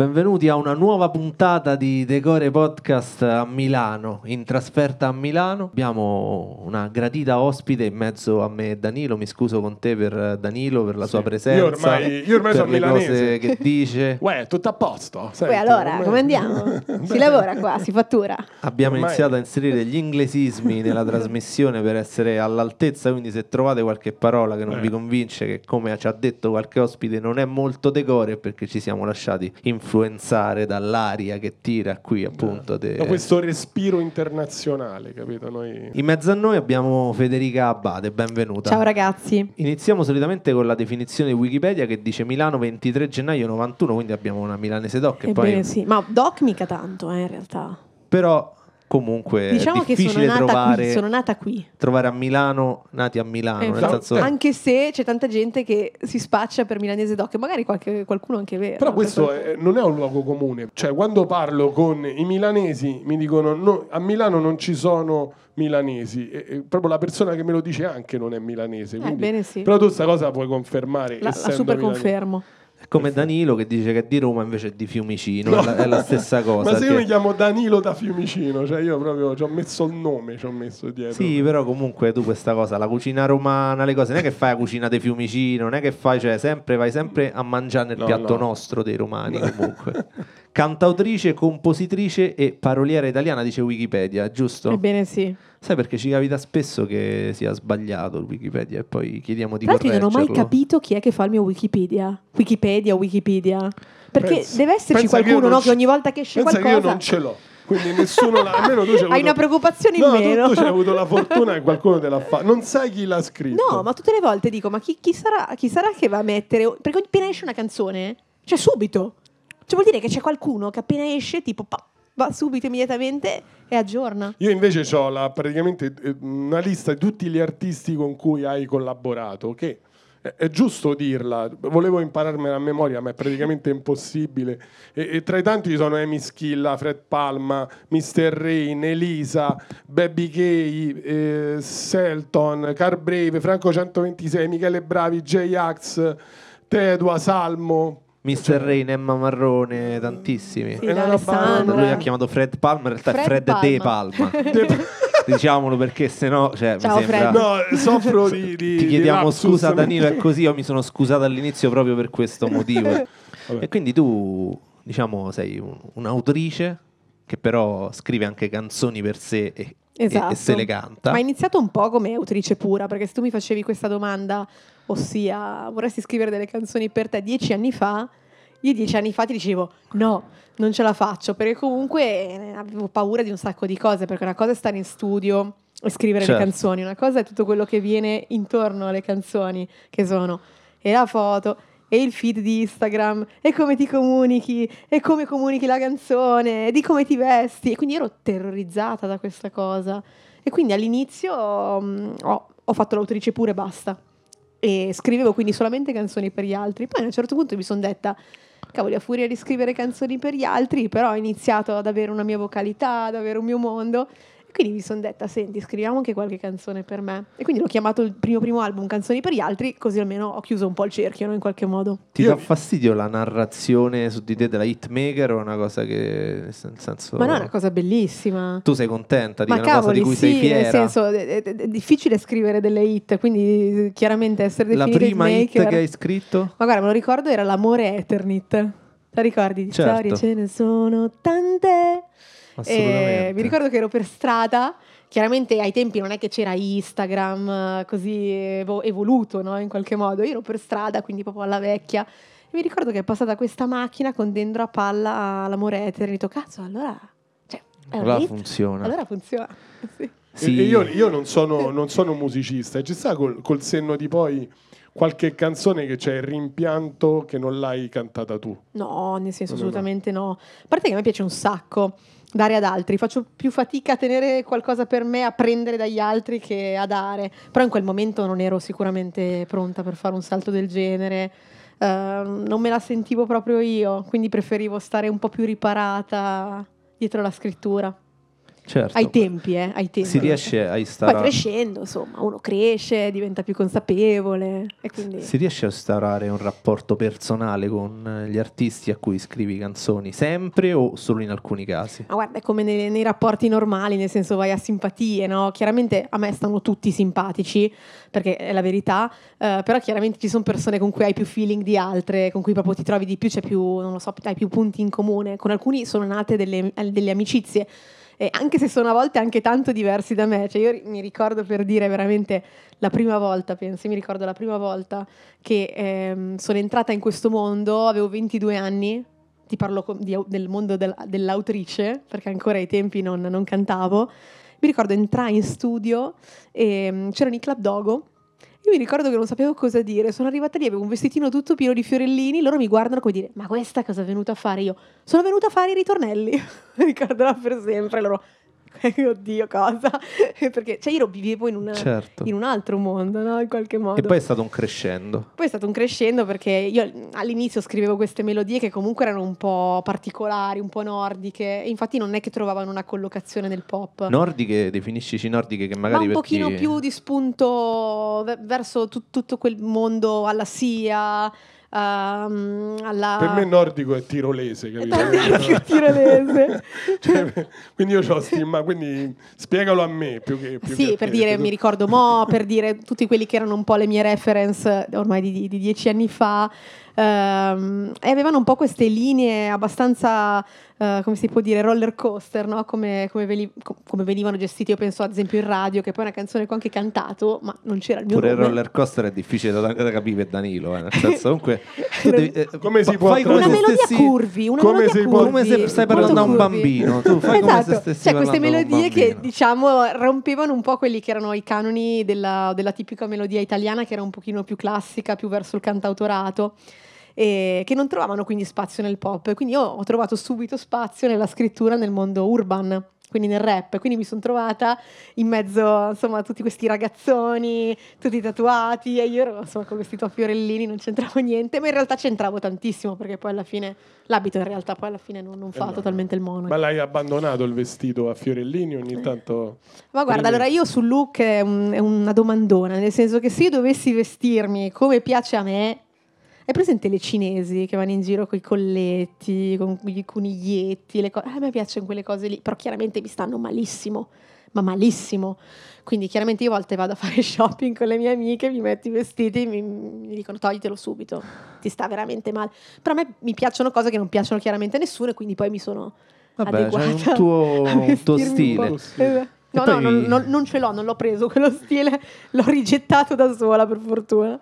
Benvenuti a una nuova puntata di Decore Podcast a Milano, in trasferta a Milano. Abbiamo una gradita ospite in mezzo a me e Danilo, mi scuso con te per eh, Danilo, per la sua Sì. presenza. Io ormai- io ormai per sono le cose milanese. che dice. Uè, tutto a posto. Poi senti, allora, ormai- come andiamo? Si lavora qua, si fattura. Abbiamo Ormai- iniziato a inserire gli inglesismi nella trasmissione per essere all'altezza, quindi se trovate qualche parola che non Eh. vi convince, che come ci ha detto qualche ospite non è molto decore, è perché ci siamo lasciati influenzare dall'aria che tira qui appunto. de- Da questo respiro internazionale, capito? Noi... In mezzo a noi abbiamo Federica Abbate, benvenuta. Ciao ragazzi. Iniziamo solitamente con la definizione di Wikipedia che dice Milano 23 gennaio 91, quindi abbiamo una milanese doc. e Ebbene poi- sì, ma doc mica tanto eh, in realtà. Però Eh, comunque diciamo è che difficile sono nata trovare... qui, sono nata qui. trovare a Milano, nati a Milano, Ah, Eh, nel infatti. senso Anche se c'è tanta gente che si spaccia per milanese doc, e magari qualche- qualcuno anche vero. eh, Però questo per- è- non è un luogo comune. Cioè, quando parlo con i milanesi mi dicono "No, a Milano non ci sono milanesi. E, e proprio la persona che me lo dice anche non è milanese. quindi- Ebbene sì. Però tu questa cosa puoi confermare. Eh, La, la essendo super milanese. confermo. è come Danilo che dice che è di Roma invece è di Fiumicino, è, la, è la stessa cosa. Ma se io che- mi chiamo Danilo da Fiumicino, cioè io proprio ci ho messo il nome, ci ho messo dietro. Sì, però comunque tu questa cosa, la cucina romana, le cose, non è che fai la cucina dei Fiumicino, non è che fai, cioè sempre, vai sempre a mangiare nel No, piatto no. nostro dei romani comunque. Cantautrice, compositrice e paroliera italiana, dice Wikipedia, giusto? Ebbene sì. Sai perché ci capita spesso che sia sbagliato il Wikipedia e poi chiediamo di Tra l'altro io non ho mai correggerlo. capito chi è che fa il mio Wikipedia. Wikipedia, Wikipedia. Perché Pensa- deve esserci pensa io qualcuno non no, ce- che ogni volta che esce pensa qualcosa... che io non ce l'ho. Quindi nessuno l'ha, almeno tu c'hai Hai avuto- una preoccupazione in no, meno. tu- tu c'hai avuto la fortuna che qualcuno te l'ha fatto. Non sai chi l'ha scritto. No, ma tutte le volte dico, ma chi, chi sarà, chi sarà che va a mettere... Perché appena esce una canzone, cioè subito. Cioè vuol dire che c'è qualcuno che appena esce, tipo, pa- va subito immediatamente e aggiorna. Io invece ho praticamente eh, una lista di tutti gli artisti con cui hai collaborato, che è, è giusto dirla, volevo impararmela a memoria, ma è praticamente impossibile. E, e tra i tanti ci sono Amy Schilla, Fred Palma, Mr. Rain, Elisa, Baby Gay, eh, Selton, Car Breve, Franco 126, Michele Bravi, J-Ax, Tedua, Salmo. Mister Rain, Emma Marrone, tantissimi. Sì, È una da roba- Alessandra. Lui ha chiamato Fred Palma, in realtà è Fred Fred De Palma. Palma. Diciamolo perché sennò cioè, mi Ciao, sembra... Fred. No, soffro di, di Ti di chiediamo lapsus scusa mentre- Danilo, è così, io mi sono scusato all'inizio proprio per questo motivo. Vabbè. e quindi tu, diciamo, sei un- un'autrice che però scrive anche canzoni per sé e, e- Esatto. e se le canta. Ma hai iniziato un po' come autrice pura, perché se tu mi facevi questa domanda, ossia vorresti scrivere delle canzoni per te dieci anni fa, io dieci anni fa ti dicevo no, non ce la faccio, perché comunque eh, avevo paura di un sacco di cose, perché una cosa è stare in studio e scrivere Certo. le canzoni, una cosa è tutto quello che viene intorno alle canzoni, che sono e la foto. E il feed di Instagram, e come ti comunichi, e come comunichi la canzone, e di come ti vesti. E quindi ero terrorizzata da questa cosa. E quindi all'inizio mh, ho, ho fatto l'autrice pure e basta. E scrivevo quindi solamente canzoni per gli altri. Poi a un certo punto mi sono detta, cavoli, a furia di scrivere canzoni per gli altri, però ho iniziato ad avere una mia vocalità, ad avere un mio mondo. E quindi mi sono detta, senti, scriviamo anche qualche canzone per me. E quindi l'ho chiamato il primo primo album Canzoni per gli altri, così almeno ho chiuso un po' il cerchio, no, in qualche modo. Ti Io- dà fastidio la narrazione su di te della hitmaker o è una cosa che, nel senso... Ma no, è una cosa bellissima. Tu sei contenta di Ma Oh. una cosa di cavoli, cui sei sì, fiera? nel senso è, è- è difficile scrivere delle hit, quindi eh, chiaramente essere La definiti prima hit hitmaker- che hai scritto? Ma guarda, me lo ricordo era l'amore Eternit. La ricordi? Di Certo. storie ce ne sono tante. Assolutamente. E mi ricordo che ero per strada. Chiaramente ai tempi non è che c'era Instagram eh, così evo- evoluto, no? In qualche modo. Io ero per strada, quindi proprio alla vecchia. E mi ricordo che è passata questa macchina con dentro a palla l'amore Eternit. Ho detto, Cazzo, allora. Cioè, è un Allora hit. funziona. Allora funziona. Sì. Sì. E- e io io non, sono, non sono un musicista e ci sta col, col senno di poi qualche canzone che c'è il rimpianto che non l'hai cantata tu. No, nel senso No, no, no. assolutamente no. A parte che a me piace un sacco dare ad altri, faccio più fatica a tenere qualcosa per me, a prendere dagli altri che a dare. Però in quel momento non ero sicuramente pronta per fare un salto del genere. Eh, non me la sentivo proprio io, quindi preferivo stare un po' più riparata dietro la scrittura. certo. Ai tempi, eh, ai tempi. Si riesce a Poi instaurare. crescendo, insomma, uno cresce, diventa più consapevole e quindi... Si riesce a instaurare un rapporto personale con eh, gli artisti a cui scrivi canzoni, sempre o solo in alcuni casi? Ma guarda, è come nei, nei rapporti normali, nel senso vai a simpatie, no? Chiaramente a me stanno tutti simpatici, perché è la verità, eh, però chiaramente ci sono persone con cui hai più feeling di altre, con cui proprio ti trovi di più, c'è più, non lo so, hai più punti in comune. Con alcuni sono nate delle, delle amicizie, e anche se sono a volte anche tanto diversi da me. Cioè io ri- mi ricordo per dire veramente la prima volta, penso, mi ricordo la prima volta che ehm, sono entrata in questo mondo, avevo 22 anni, ti parlo co- di au- del mondo del- dell'autrice, perché ancora ai tempi non, non cantavo. Mi ricordo entrai in studio e mm, c'erano i Club Dogo. Io mi ricordo che non sapevo cosa dire, sono arrivata lì, avevo un vestitino tutto pieno di fiorellini, loro mi guardano come dire, ma questa cosa è venuta a fare io? Sono venuta a fare i ritornelli, Mi ricorderò per sempre, loro, "Eh, oddio cosa, perché cioè io vivevo in, una- Certo. in un altro mondo, no? in qualche modo. E poi è stato un crescendo. Poi è stato un crescendo perché io all'inizio scrivevo queste melodie che comunque erano un po' particolari, un po' nordiche, e infatti non è che trovavano una collocazione nel pop. Nordiche, definiscici nordiche che Ma magari un per chi- pochino più di spunto ve- verso tu- tutto quel mondo alla SIA, ehm, alla... Per me nordico è tirolese, capito? Nordico tirolese. Cioè, quindi io ho stima, quindi spiegalo a me più che... più che Sì, a per te, dire, perché mi tu- ricordo Mo, per dire tutti quelli che erano un po' le mie reference eh, ormai di, di dieci anni fa, ehm, e avevano un po' queste linee abbastanza, eh, come si può dire, roller coaster, no? come, come veli- co- come venivano gestiti, io penso ad esempio in radio, che poi è una canzone che ho anche cantato, ma non c'era il mio Pure il nome. roller coaster è difficile da, da capire per Danilo, eh, nel senso comunque tu devi, eh, Come si fa- può fai tradurre? una come se melodia stessi- curvi, una come melodia se- curvi, come se stai molto parlando a un curvi. bambino, tu fai come se esatto. stessi cioè, parlando a queste un melodie che bambino. diciamo rompevano un po' quelli che erano i canoni della, della tipica melodia italiana che era un pochino più classica, più verso il cantautorato e che non trovavano quindi spazio nel pop. Quindi io ho trovato subito spazio nella scrittura nel mondo urban. Quindi nel rap, quindi mi sono trovata in mezzo insomma, a tutti questi ragazzoni, tutti tatuati e io ero insomma, con vestito a fiorellini, non c'entravo niente, ma in realtà c'entravo tantissimo perché poi alla fine l'abito in realtà poi alla fine non, non Eh fa no. totalmente il mono. Ma l'hai abbandonato il vestito a fiorellini ogni tanto? Ma guarda, allora io sul look è, un- è una domandona, nel senso che se io dovessi vestirmi come piace a me, è presente le cinesi che vanno in giro con i colletti, con i coniglietti, le co- a me piacciono quelle cose lì, però chiaramente mi stanno malissimo, ma malissimo. Quindi chiaramente io a volte vado a fare shopping con le mie amiche, mi metto i vestiti, mi, mi dicono toglitelo subito, ti sta veramente male. Però a me mi piacciono cose che non piaciono chiaramente a nessuno e quindi poi mi sono Vabbè, c'è adeguata. un tuo, a un tuo vestirmi stile. un po'. stile. Eh, No, E poi- no, non, non- non ce l'ho, non l'ho preso quello stile, l'ho rigettato da sola per fortuna.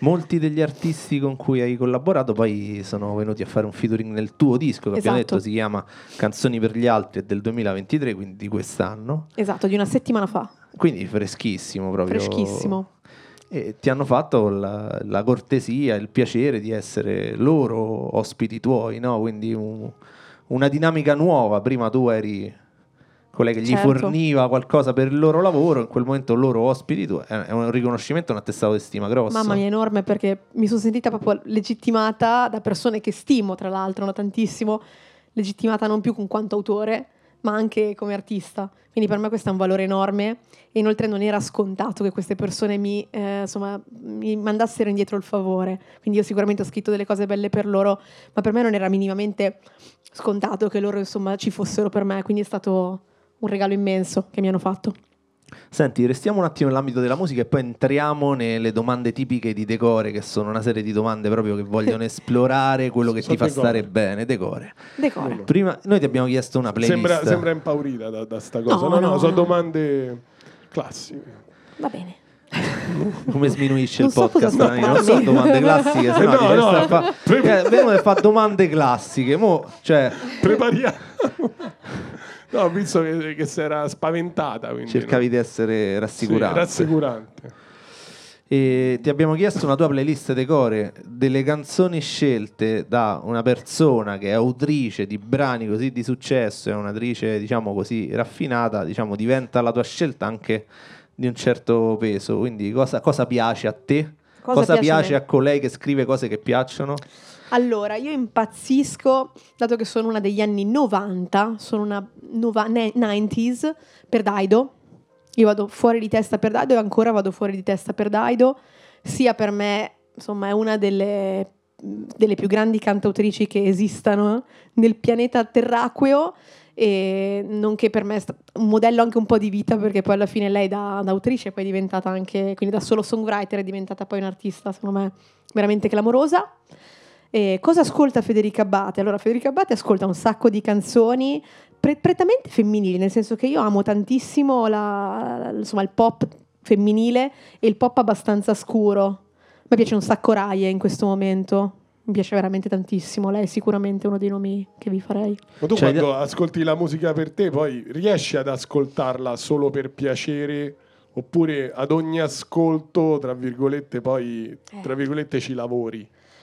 Molti degli artisti con cui hai collaborato poi sono venuti a fare un featuring nel tuo disco che abbiamo Esatto. detto si chiama Canzoni per gli altri è del 2023, quindi di quest'anno. Esatto, di una settimana fa, Quindi freschissimo proprio. freschissimo. E ti hanno fatto la, la cortesia, il piacere di essere loro ospiti tuoi, no? Quindi un- una dinamica nuova. Prima tu eri quella che gli Certo. forniva qualcosa per il loro lavoro, in quel momento loro ospiti tu. È, è un riconoscimento, un attestato di stima grosso. Mamma mia, enorme perché mi sono sentita proprio legittimata da persone che stimo, tra l'altro, no, tantissimo, legittimata non più con quanto autore, ma anche come artista. Quindi per me questo è un valore enorme e inoltre non era scontato che queste persone mi, eh, insomma, mi mandassero indietro il favore. Quindi io sicuramente ho scritto delle cose belle per loro, ma per me non era minimamente scontato che loro insomma ci fossero per me, quindi è stato un regalo immenso che mi hanno fatto. Senti, restiamo un attimo nell'ambito della musica e poi entriamo nelle domande tipiche di Decore, che sono una serie di domande proprio che vogliono esplorare quello che Sono ti fa Decore. stare bene, Decore. Decore. Prima noi ti abbiamo chiesto una playlist. Sembra, sembra impaurita da, da sta cosa. No, No, no, no, sono no. domande classiche. Va bene. Come sminuisce il Non so podcast? cosa sto Dani, non so facendo. domande classiche, se no, No, ti resta no. a fa- Eh, Venuto e fa domande classiche. Mo, cioè, Prepariamo. No, ho visto che, che si era spaventata. Quindi, cercavi di essere no? rassicurante. Sì, rassicurante. E ti abbiamo chiesto una tua playlist decore delle canzoni scelte da una persona che è autrice di brani così di successo, è un'autrice diciamo così raffinata, diciamo diventa la tua scelta anche di un certo peso. Quindi cosa, cosa piace a te? Cosa, piace, me? a colei che scrive cose che piacciono? Allora, io impazzisco, dato che sono una degli anni 90, sono una nova- ne- 90s per Daido. Io vado fuori di testa per Daido e ancora vado fuori di testa per Daido. Sia per me, insomma, è una delle, delle più grandi cantautrici che esistano nel pianeta terraqueo e nonché per me è sta- un modello anche un po' di vita perché poi alla fine lei da, da autrice è poi diventata anche, quindi da solo songwriter è diventata poi un'artista, secondo me, veramente clamorosa. E cosa ascolta Federica Abate? Allora, Federica Abate ascolta un sacco di canzoni pre- prettamente femminili, nel senso che io amo tantissimo la- insomma, il pop femminile e il pop abbastanza scuro. Mi piace un sacco Raie in questo momento. Mi piace veramente tantissimo. Lei è sicuramente uno dei nomi che vi farei. Ma tu Cioè, quando ascolti la musica per te, poi riesci ad ascoltarla solo per piacere? Oppure ad ogni ascolto, tra virgolette, poi tra virgolette ci lavori?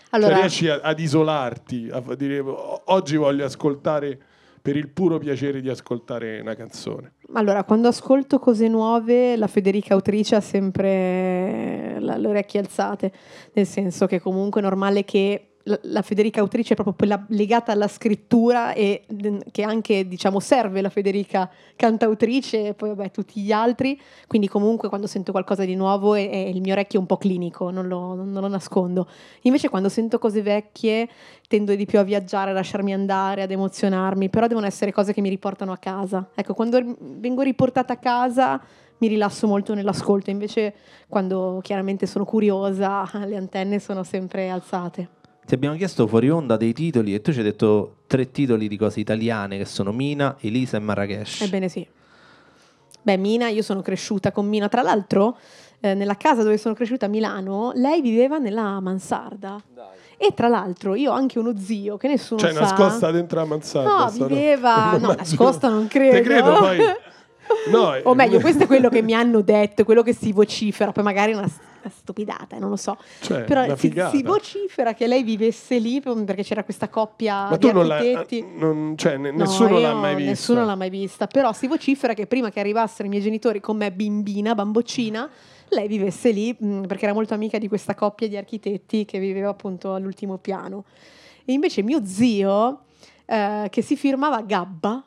Cioè, Allora, riesci a- ad isolarti, a fa- dire "O- oggi voglio ascoltare per il puro piacere di ascoltare una canzone. Allora, quando ascolto cose nuove, la Federica autrice ha sempre eh, la- le orecchie alzate, nel senso che comunque è normale che la, la Federica autrice è proprio quella legata alla scrittura e mm, che anche, diciamo, serve la Federica cantautrice e poi vabbè, tutti gli altri, quindi comunque quando sento qualcosa di nuovo è- è il mio orecchio è un po' clinico, non lo- non lo nascondo. Invece quando sento cose vecchie tendo di più a viaggiare, a lasciarmi andare, ad emozionarmi, però devono essere cose che mi riportano a casa. Ecco, quando r- vengo riportata a casa mi rilasso molto nell'ascolto, invece quando chiaramente sono curiosa le antenne sono sempre alzate. Ti abbiamo chiesto fuori onda dei titoli e tu ci hai detto tre titoli di cose italiane che sono Mina, Elisa e Marrakesh. Ebbene sì. Beh, Mina, io sono cresciuta con Mina, tra l'altro eh, nella casa dove sono cresciuta a Milano, lei viveva nella mansarda. E tra l'altro io ho anche uno zio che nessuno cioè, sa. nascosta dentro la mansarda. No, sta roba. viveva- no, Ma- nascosta non Te credo. credo, poi- no, eh, o meglio, questo è quello che mi hanno detto, quello che si vocifera, poi magari è una, s- una stupidata, eh, non lo so. cioè, Però una si, figata. si vocifera che lei vivesse lì per- perché c'era questa coppia Ma di tu non l'hai... architetti. non- cioè, ne- No, nessuno io l'ha mai vista. Nessuno l'ha mai vista, però si vocifera che prima che arrivassero i miei genitori con me bimbina, bamboccina, lei vivesse lì mh, perché era molto amica di questa coppia di architetti che viveva appunto all'ultimo piano. E invece mio zio, eh, che si firmava Gabba,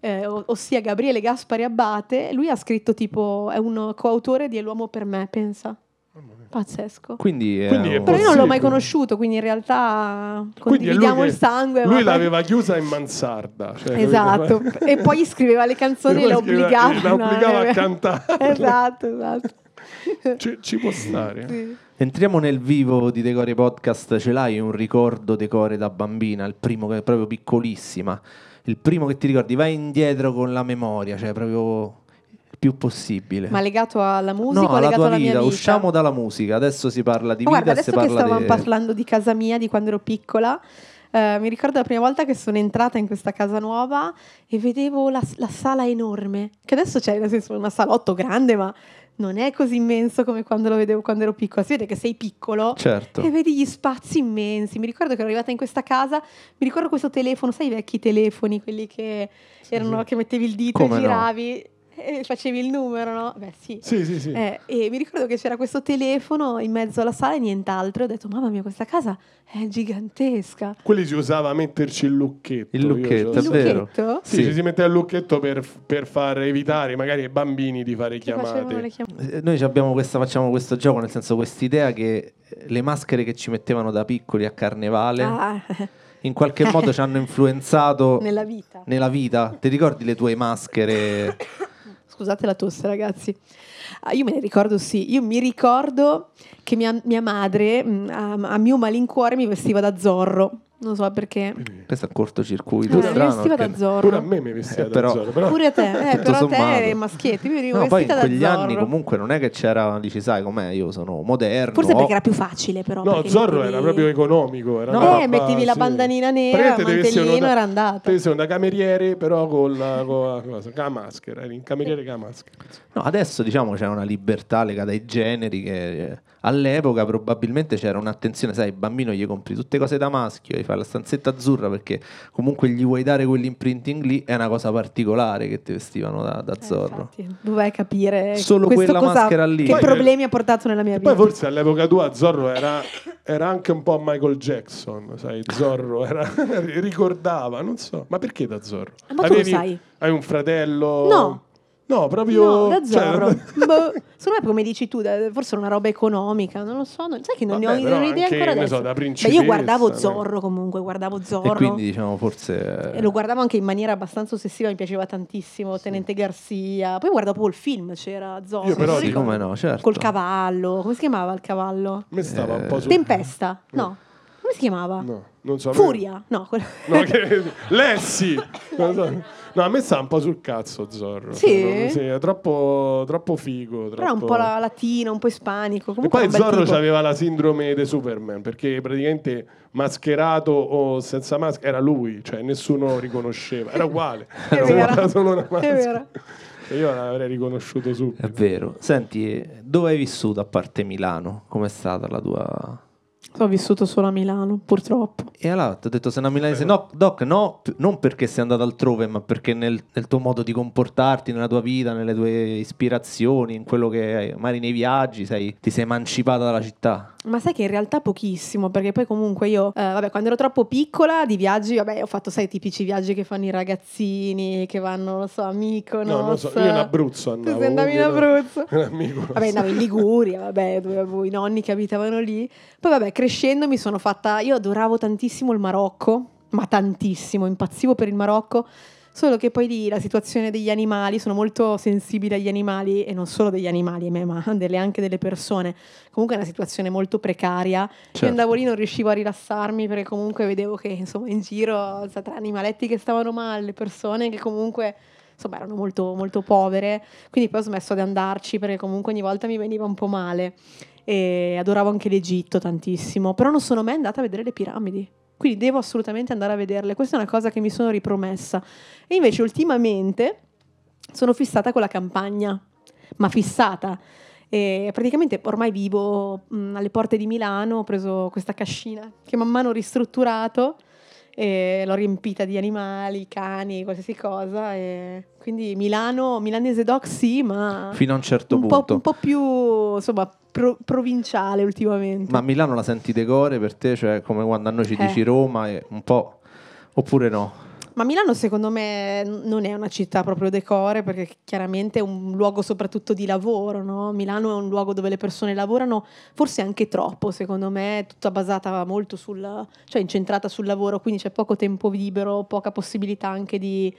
eh, o- ossia Gabriele Gaspari Abate, lui ha scritto tipo, è un coautore di L'uomo per me, pensa. Pazzesco. Quindi, è Quindi è un- Però io non l'ho mai Possibile. conosciuto, quindi in realtà Quindi è lui condividiamo che- il sangue. ma Lui poi- l'aveva chiusa in mansarda. cioè, Esatto, capito? e poi gli scriveva le canzoni e poi le scriveva- obbligava. la obbligava a cantare. Esatto, esatto. Ci, ci può stare. Sì. Entriamo nel vivo di Decore Podcast. Ce l'hai un ricordo Decore da bambina, il primo che è proprio piccolissima. Il primo che ti ricordi, vai indietro con la memoria, cioè proprio il più possibile. Ma legato alla musica no, o alla legato tua alla mia vita, vita? usciamo dalla musica. Adesso si parla di Ma Guarda, vita e si adesso che parla stavamo di... parlando di casa mia, di quando ero piccola, eh, mi ricordo la prima volta che sono entrata in questa casa nuova e vedevo la, la sala enorme, che adesso c'è nel senso una salotto grande, ma non è così immenso come quando lo vedevo quando ero piccola. Si vede che sei piccolo Certo. E vedi gli spazi immensi. Mi ricordo che ero arrivata in questa casa, mi ricordo questo telefono, sai i vecchi telefoni, quelli che, erano, che mettevi il dito Come no? e giravi e facevi il numero, no? Beh sì. Sì, sì, sì. Eh, e mi ricordo che c'era questo telefono in mezzo alla sala e nient'altro. Ho detto, mamma mia, questa casa è gigantesca. Quelli si usava a metterci il lucchetto. Il io lucchetto, ce l'ho- Il Davvero? lucchetto Sì, Sì. ci si metteva il lucchetto per, per far evitare magari ai bambini di fare che facevano le chiamate. chiamate. Eh, Noi ci abbiamo questa, facciamo questo gioco, nel senso quest'idea che eh, le maschere che ci mettevano da piccoli a carnevale Ah, in qualche modo ci hanno influenzato nella vita. nella vita. Ti ricordi le tue maschere? Scusate la tosse, ragazzi. Ah, io me ne ricordo, sì. Io mi ricordo che mia, mia madre, mh, a, a mio malincuore, mi vestiva da zorro. Non so perché. Questo è un Eh, cortocircuito mi strano. vestiva da perché- zorro. Pure a me mi vestiva Eh, da però- Zorro, però- Pure a te, eh, Tutto però a te sommato. eri maschietto. Io ero No, poi in vestita da quegli zorro. anni comunque non è che c'era, dici sai com'è, io sono moderno. Forse ho- perché era più facile, però. No, perché Zorro mettevi- era proprio economico. Era No, una eh, roba, mettevi la sì. bandanina nera, il Praticamente devi essere mantellino, una- era andata. Te sei una cameriere, però con la, con la- con la- con la maschera. Eri un cameriere con la maschera. No, adesso diciamo c'è una libertà legata ai generi che eh, all'epoca probabilmente c'era un'attenzione, sai, il bambino gli compri tutte cose da maschio, gli fai la stanzetta azzurra perché comunque gli vuoi dare quell'imprinting lì, è una cosa particolare che ti vestivano da, da Eh, Zorro. infatti, Dov'è capire Solo questo quella cosa- maschera lì. Che Poi- problemi ha portato nella mia E vita? poi forse all'epoca tua Zorro era, era anche un po' Michael Jackson, sai, Zorro era- ricordava, non so, ma perché da Zorro? Ah, ma tu lo sai. Hai un fratello? No. No, proprio... No, da cioè, Zorro. boh, secondo me, come dici tu, da- forse era una roba economica, non lo so. non- sai che non Vabbè, ne ho però non ho idea anche, ancora ne adesso. so, da Beh, principessa, eh. io guardavo no? Zorro comunque, guardavo Zorro. E quindi diciamo forse... E lo guardavo anche in maniera abbastanza ossessiva, mi piaceva tantissimo Tenente Garcia. Poi guardavo proprio il film, c'era Zorro. Io però non sì, dico- ricordo. come no, certo. Col cavallo, come si chiamava il cavallo? Mi stava un po' su... Tempesta, no. Come si chiamava? No, non so. Furia, no. quello- No, che... Lessi! Non so. No, a me sta un po' sul cazzo Zorro. Sì? Cioè, non- sì, è troppo, troppo figo. Però un troppo- po' la- latino, un po' ispanico. E Comunque poi era un bel Zorro tipo. aveva la sindrome di Superman perché praticamente mascherato o senza maschera era lui, cioè nessuno riconosceva, era uguale, È era vero, uguale, solo una è maschera. vero. E io l'avrei riconosciuto subito. È vero. Senti, eh, dove hai vissuto a parte Milano? Com'è stata la tua... Ho vissuto solo a Milano, purtroppo. E allora ti ho detto sei una milanese, no, Doc, no, p- non perché sei andato altrove, ma perché nel, nel tuo modo di comportarti, nella tua vita, nelle tue ispirazioni, in quello che magari nei viaggi, sei, ti sei emancipata dalla città. Ma sai che in realtà pochissimo, perché poi comunque io, eh, vabbè, quando ero troppo piccola di viaggi, vabbè, ho fatto, sai, i tipici viaggi che fanno i ragazzini, che vanno, non lo so, a Mykonos. No, non so, io in Abruzzo Tu sei andavo. andavi in quindi Abruzzo. no. Amico. Vabbè, andavo in Liguria, vabbè, dove avevo i nonni che abitavano lì. Poi, vabbè, crescendo mi sono fatta. Io adoravo tantissimo il Marocco, ma tantissimo, impazzivo per il Marocco. Solo che poi lì la situazione degli animali, sono molto sensibile agli animali e non solo degli animali, ahimè, ma delle- anche delle persone. Comunque è una situazione molto precaria. Certo. Io andavo lì, non riuscivo a rilassarmi perché comunque vedevo che insomma in giro sa, tra animaletti che stavano male, le persone che comunque insomma erano molto, molto povere. Quindi poi ho smesso di andarci perché comunque ogni volta mi veniva un po' male. E adoravo anche l'Egitto tantissimo, però non sono mai andata a vedere le piramidi. Quindi devo assolutamente andare a vederle. Questa è una cosa che mi sono ripromessa. E invece ultimamente sono fissata con la campagna, ma fissata. E praticamente ormai vivo mh, alle porte di Milano, ho preso questa cascina che man mano ho ristrutturato e l'ho riempita di animali, cani, qualsiasi cosa. e quindi Milano, milanese doc sì, ma Fino a un certo un, punto. po', un po' più insomma, pro- provinciale ultimamente. Ma Milano la senti decore per te? Cioè, come quando a noi ci Eh. dici Roma, è un po'... Oppure no? Ma Milano secondo me n- non è una città proprio decore perché chiaramente è un luogo soprattutto di lavoro, no? Milano è un luogo dove le persone lavorano forse anche troppo, secondo me, è tutta basata molto sul, cioè incentrata sul lavoro, quindi c'è poco tempo libero, poca possibilità anche di,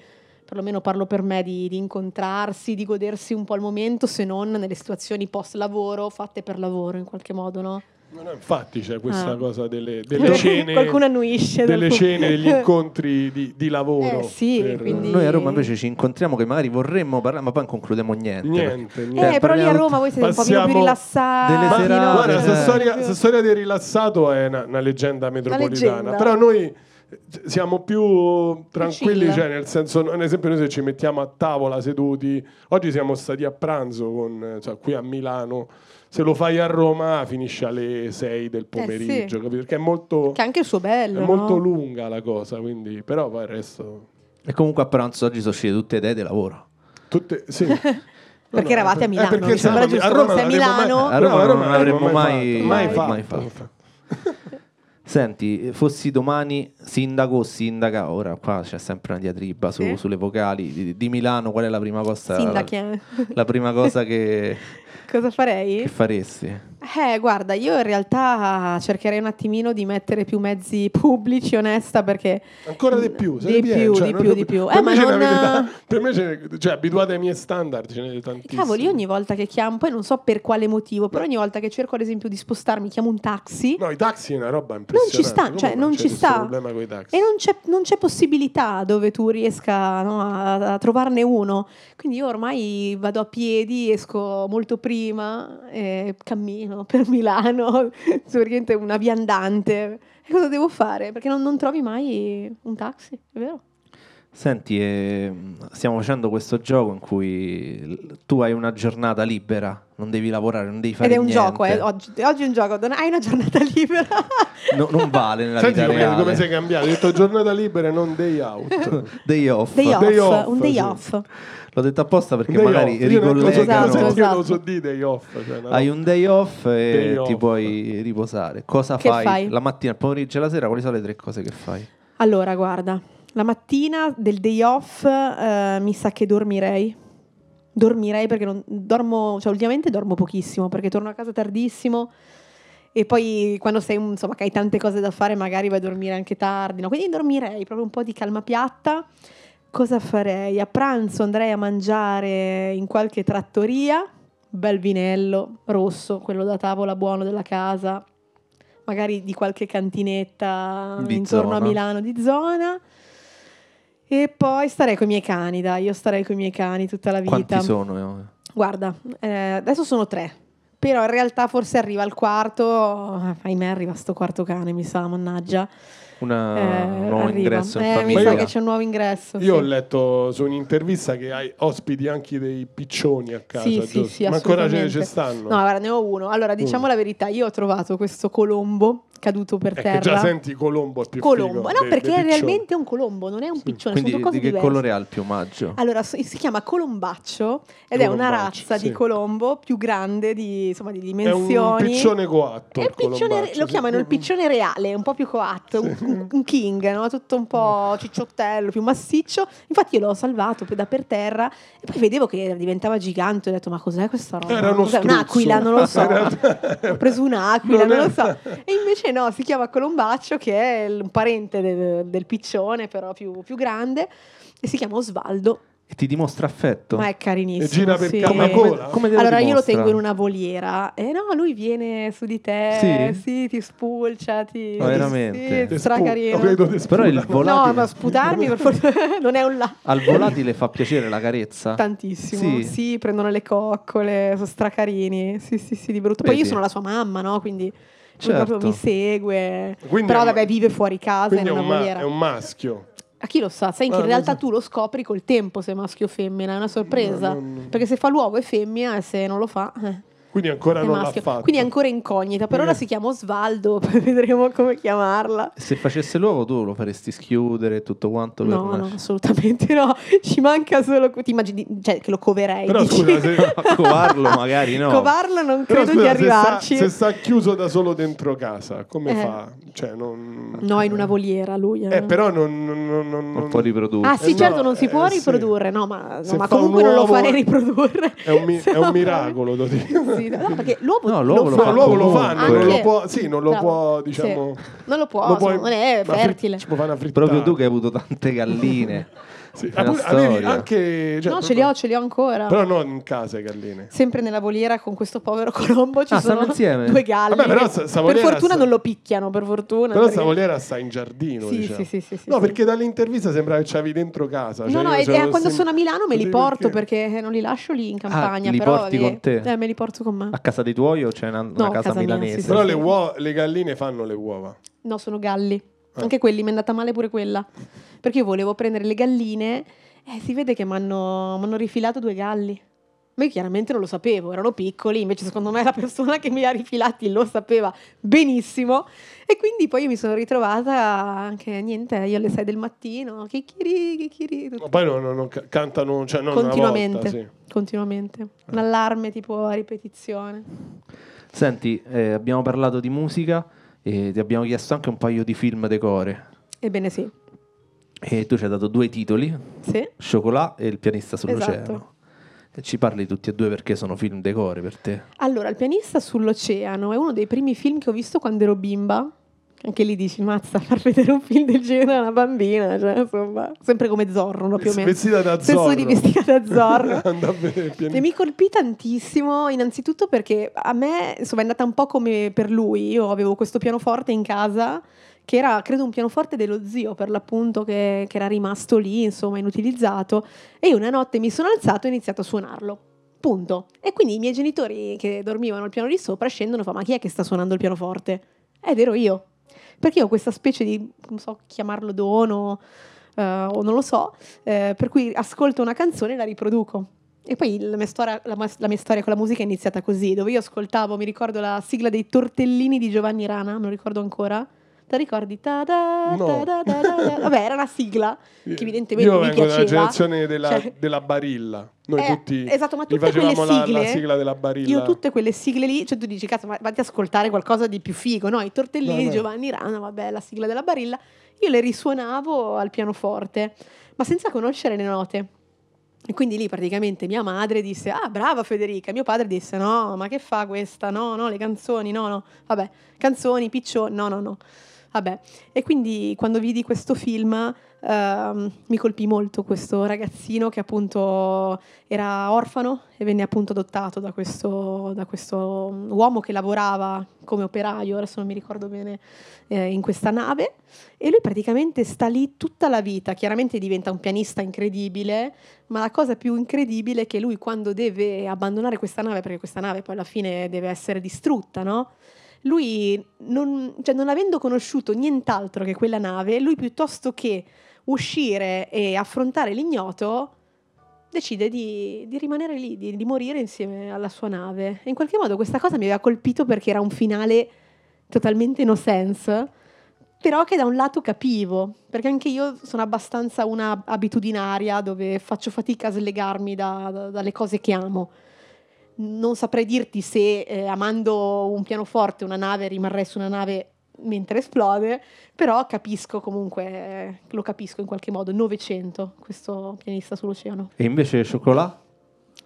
perlomeno parlo per me, di, di incontrarsi, di godersi un po' il momento se non nelle situazioni post lavoro fatte per lavoro in qualche modo, no? No, no, infatti c'è questa Ah. cosa delle, delle cene, Qualcuno annuisce. dal delle fu- cene, degli incontri di, di lavoro. Eh, sì, quindi- Noi a Roma invece ci incontriamo che magari vorremmo parlare, ma poi non concludiamo niente. Niente, niente. Beh, Eh, però lì a parliamo Roma voi siete un po' meno più passiamo rilassati. delle no? Ma- serate, Guarda, eh. questa storia, sta storia del rilassato è una, una leggenda metropolitana, leggenda. però noi eh, siamo più tranquilli, chill. cioè nel senso, ad esempio noi se ci mettiamo a tavola seduti, oggi siamo stati a pranzo con, eh, cioè, qui a Milano, se lo fai a Roma finisce alle 6 del pomeriggio, capito? perché è molto, Eh, Che è anche il suo è bello. molto no? lunga la cosa, quindi, però poi il resto... E comunque a pranzo oggi sono uscite tutte idee di lavoro. Tutte, sì. No, Perché no, eravate a eh, Milano, mi siamo sembra a Mi- giusto, a Roma non sei a non avremmo mai- Milano. A Roma no, non non avremmo mai- mai mai fatto. fatto. Mai fatto. Senti, fossi domani sindaco o sindaca, ora qua c'è sempre una diatriba su- Sì. sulle vocali di, di Milano, qual è la prima cosa, Sindachi, la, eh. prima cosa che, Cosa che farei? faresti? Eh, guarda, io in realtà cercherei un attimino di mettere più mezzi pubblici, onesta, perché Ancora di più, se Di ne viene, più, cioè, di non- più, di più. Per me Eh, ma ce ne non- avete ta- per me ce ne- cioè, abituate ai miei standard, ce ne avete tantissimi. cavoli, io ogni volta che chiamo, poi non so per quale motivo, però ogni volta che cerco ad esempio di spostarmi, chiamo un taxi. No, i taxi è una roba impressionante. Non ci sta, Come cioè non c'è ci questo sta. problema con i taxi. E non c'è, non c'è possibilità dove tu riesca no, a, a trovarne uno. Quindi io ormai vado a piedi, esco molto prima, e cammino per Milano, sono praticamente una viandante. E cosa devo fare? Perché non, non trovi mai un taxi, è vero? Senti, eh, stiamo facendo questo gioco in cui l- tu hai una giornata libera, non devi lavorare, non devi fare Ed è un niente. gioco, eh, oggi, oggi è un gioco, don- hai una giornata libera. No- non vale nella Senti vita come, reale. come sei cambiato? Hai detto giornata libera e non day out. Day off. Day off, Day off, un day sì. off. L'ho detto apposta perché Day magari off. Io non lo so, ricollegano. Esatto, io non lo esatto. so di day off. cioè, una Hai un day off e Day ti off. puoi riposare. Cosa Che fai? fai? La mattina, il pomeriggio e la sera? Quali sono le tre cose che fai? Allora, guarda, la mattina del day off eh, mi sa che dormirei. Dormirei perché non dormo, cioè ultimamente dormo pochissimo perché torno a casa tardissimo e poi quando sei, un- insomma, che hai tante cose da fare magari vai a dormire anche tardi, no? Quindi dormirei proprio un po' di calma piatta. Cosa farei? A pranzo andrei a mangiare in qualche trattoria, bel vinello rosso, quello da tavola buono della casa, magari di qualche cantinetta Di intorno a zona. Milano di zona. E poi starei con i miei cani, dai, io starei con i miei cani tutta la vita. Quanti sono? eh? Guarda, eh, adesso sono tre, però in realtà forse arriva al quarto, ahimè arriva sto quarto cane, mi sa, mannaggia. Una- Eh, un Ah, nuovo arriva. ingresso in Eh, Mi famiglia. sa che c'è un nuovo ingresso. Io ho sì. letto su un'intervista che hai ospiti anche dei piccioni a casa, Sì, sì, giusto? sì, ma ancora ce ne assolutamente. ci stanno. No, guarda, ne ho uno. Allora, diciamo Uno. la verità, io ho trovato questo colombo caduto per è che terra. Ecco, già senti Colombo è più colombo, figo no, dei- perché dei è piccioni. realmente un colombo, non è un Sì. piccione, Quindi di sono due cose che diverse. colore ha il piumaggio? Allora, so- si chiama colombaccio ed è una Colombaccio, razza sì. di colombo più grande di, insomma, di È dimensioni. un piccione coatto. È il un piccione, colombaccio, lo sì. chiamano il piccione reale, un po' più coatto, un- un, un king, no? tutto un po' Mm. cicciottello, più massiccio. Infatti io l'ho salvato da per terra e poi vedevo che diventava gigante, ho detto ma cos'è questa roba? Era uno Cos'è? struzzo. Un'aquila, non lo so. Era- Ho preso un'aquila, Non non, è- lo so. E invece no, si chiama colombaccio che è il- un parente del, del piccione, però più, più grande, e si chiama Osvaldo, E ti dimostra affetto? ma è carinissimo. E gira per sì. casa come, Coca-Cola. come- come te Allora io lo dimostra? tengo in una voliera e no, lui viene su di te, Sì? sì, ti spulcia, ti... Ma veramente? Te Sì, spu- stracarino. lo vedo te Però il sputa. vol- No, ma sputarmi per fortuna non è un là. Al volatile fa piacere la carezza? Tantissimo, Sì. sì. prendono le coccole, sono stracarini, sì, sì, sì, di brutto. Poi Vedi? io sono la sua mamma, no? Quindi lui Certo. proprio mi segue. Quindi è Però un- vabbè, vive fuori casa in Quindi è una un, ma- voliera. è un maschio. A chi lo sa? Sai che Ah, in non realtà so. tu lo scopri col tempo se è maschio o femmina, è una sorpresa. No, no, no. Perché se fa l'uovo è femmina e se non lo fa... eh. Quindi ancora è non l'ha maschio. fatto. Quindi è ancora incognita. Per ora Eh. si chiama Osvaldo, poi vedremo come chiamarla. Se facesse l'uovo tu lo faresti schiudere e tutto quanto per No, no, nascere? assolutamente assolutamente no. Ci manca solo. Ti immagini cioè, che lo coverei. Però dici? scusa, se- A covarlo magari no. Covarlo non Però credo di scusa, se sta- arrivarci. Se sta, chiuso da solo dentro casa, come Eh. fa? Cioè, non... No, in una voliera lui. eh. Eh, però non... non, non- non- Non può riprodurre. Ah, sì, Eh, certo, no, non si eh, può sì. riprodurre. No, ma, Se no, ma fa un comunque non lo uovo- farei riprodurre. Cioè, È un, mi- Se è no- un miracolo, lo dico. Sì, no, perché l'uovo, No, l'uovo lo, lo fa. fa No, l'uovo lo comunque. fanno, non lo Anche- può, sì, non lo Bravo, può, sì. diciamo... Non lo può, lo puoi- non è ma cioè, fri- fertile. Ci può fare una frittata. Proprio tu che hai avuto tante galline. Sì, È una oppure avevi storia. anche... cioè, no, proprio- ce li ho, ce li ho ancora. Però non in casa, i galline. Sempre nella voliera con questo povero Colombo ci Ah, stanno sono insieme? due galli. Vabbè, però sta- sta per voliera fortuna sta- non lo picchiano, per fortuna. Però perché- sta voliera sta in giardino, Sì, diciamo. sì, sì, sì, sì, No, sì. perché dall'intervista sembra che c'avi dentro casa. No, cioè no, io e- ce lo e quando sem- sono a Milano me li Sì, porto perché- perché non li lascio lì in campagna. Ah, li però, porti eh, con te? Eh, me li porto con me. A casa dei tuoi o c'è una, una No, a casa, casa mia, milanese? sì, sì. Però le, uo- le galline fanno le uova. No, sono galli. Eh. Anche quelli, mi è andata male pure quella. Perché io volevo prendere le galline e si vede che mi hanno rifilato due galli. Ma io chiaramente non lo sapevo, erano piccoli, invece secondo me la persona che mi li ha rifilati lo sapeva benissimo. E quindi poi io mi sono ritrovata anche, niente, io alle 6 del mattino, chicchiri, chicchiri, tutto. Ma poi non, non- non ca- cantano, cioè non continuamente, una volta, sì. Eh. continuamente. Un allarme tipo a ripetizione. Senti, eh, abbiamo parlato di musica e ti abbiamo chiesto anche un paio di film decore. Ebbene sì, E tu ci hai dato due titoli, sì. Chocolat e Il pianista sull'oceano. Esatto. E ci parli tutti e due perché sono film decore per te. Allora, Il pianista sull'oceano è uno dei primi film che ho visto quando ero bimba. Anche lì dici, mazza, far vedere un film del genere a una bambina, cioè, insomma, sempre come Zorro, no, più o meno. Vestita da Stesso Zorro. di vestita da Zorro. Andà a vedere il pianeta. E mi colpì tantissimo, innanzitutto perché a me insomma, è andata un po' come per lui. Io avevo questo pianoforte in casa, che era credo un pianoforte dello zio per l'appunto, che, che era rimasto lì, insomma, inutilizzato. E io una notte mi sono alzato e ho iniziato a suonarlo. Punto. E quindi i miei genitori che dormivano al piano di sopra scendono e fanno: Ma chi è che sta suonando il pianoforte? Ed ero io. Perché io ho questa specie di, non so, chiamarlo dono, eh, eh, o non lo so, eh, per cui ascolto una canzone e la riproduco. E poi la mia, storia, la ma- la mia storia con la musica è iniziata così, dove io ascoltavo, mi ricordo la sigla dei tortellini di Giovanni Rana, non ricordo ancora. Te la ricordi? Ta da, No. ta da, ta da, ta. Vabbè, era una sigla. Che evidentemente Io mi vengo dalla piaceva. generazione della, Cioè- della barilla. Noi Eh, tutti esatto, ma li tutte quelle facevamo la, la sigle- sigla della barilla. Io tutte quelle sigle lì, cioè tu dici, cazzo, ma vatti ad ascoltare qualcosa di più figo, no? I tortellini No, di no. Giovanni Rana, vabbè, la sigla della barilla, io le risuonavo al pianoforte, ma senza conoscere le note. E quindi lì praticamente mia madre disse, ah brava Federica, mio padre disse, no, ma che fa questa? No, no, le canzoni, no, no, vabbè, canzoni, piccioni, no, no, no. Vabbè, e quindi quando vidi questo film ehm, mi colpì molto questo ragazzino che appunto era orfano e venne appunto adottato da questo, da questo mm, uomo che lavorava come operaio, adesso non mi ricordo bene, eh, in questa nave e lui praticamente sta lì tutta la vita, chiaramente diventa un pianista incredibile, ma la cosa più incredibile è che lui quando deve abbandonare questa nave, perché questa nave poi alla fine deve essere distrutta, no? Lui, non, cioè, non avendo conosciuto nient'altro che quella nave, lui piuttosto che uscire e affrontare l'ignoto, decide di, di rimanere lì, di, di morire insieme alla sua nave. E in qualche modo questa cosa mi aveva colpito perché era un finale totalmente no sense, però che da un lato capivo, perché anche io sono abbastanza una abitudinaria dove faccio fatica a slegarmi da- da- dalle cose che amo. Non saprei dirti se eh, amando un pianoforte, una nave, rimarrei su una nave mentre esplode, però capisco comunque, lo capisco in qualche modo, 900, questo pianista sull'oceano. E invece Chocolat?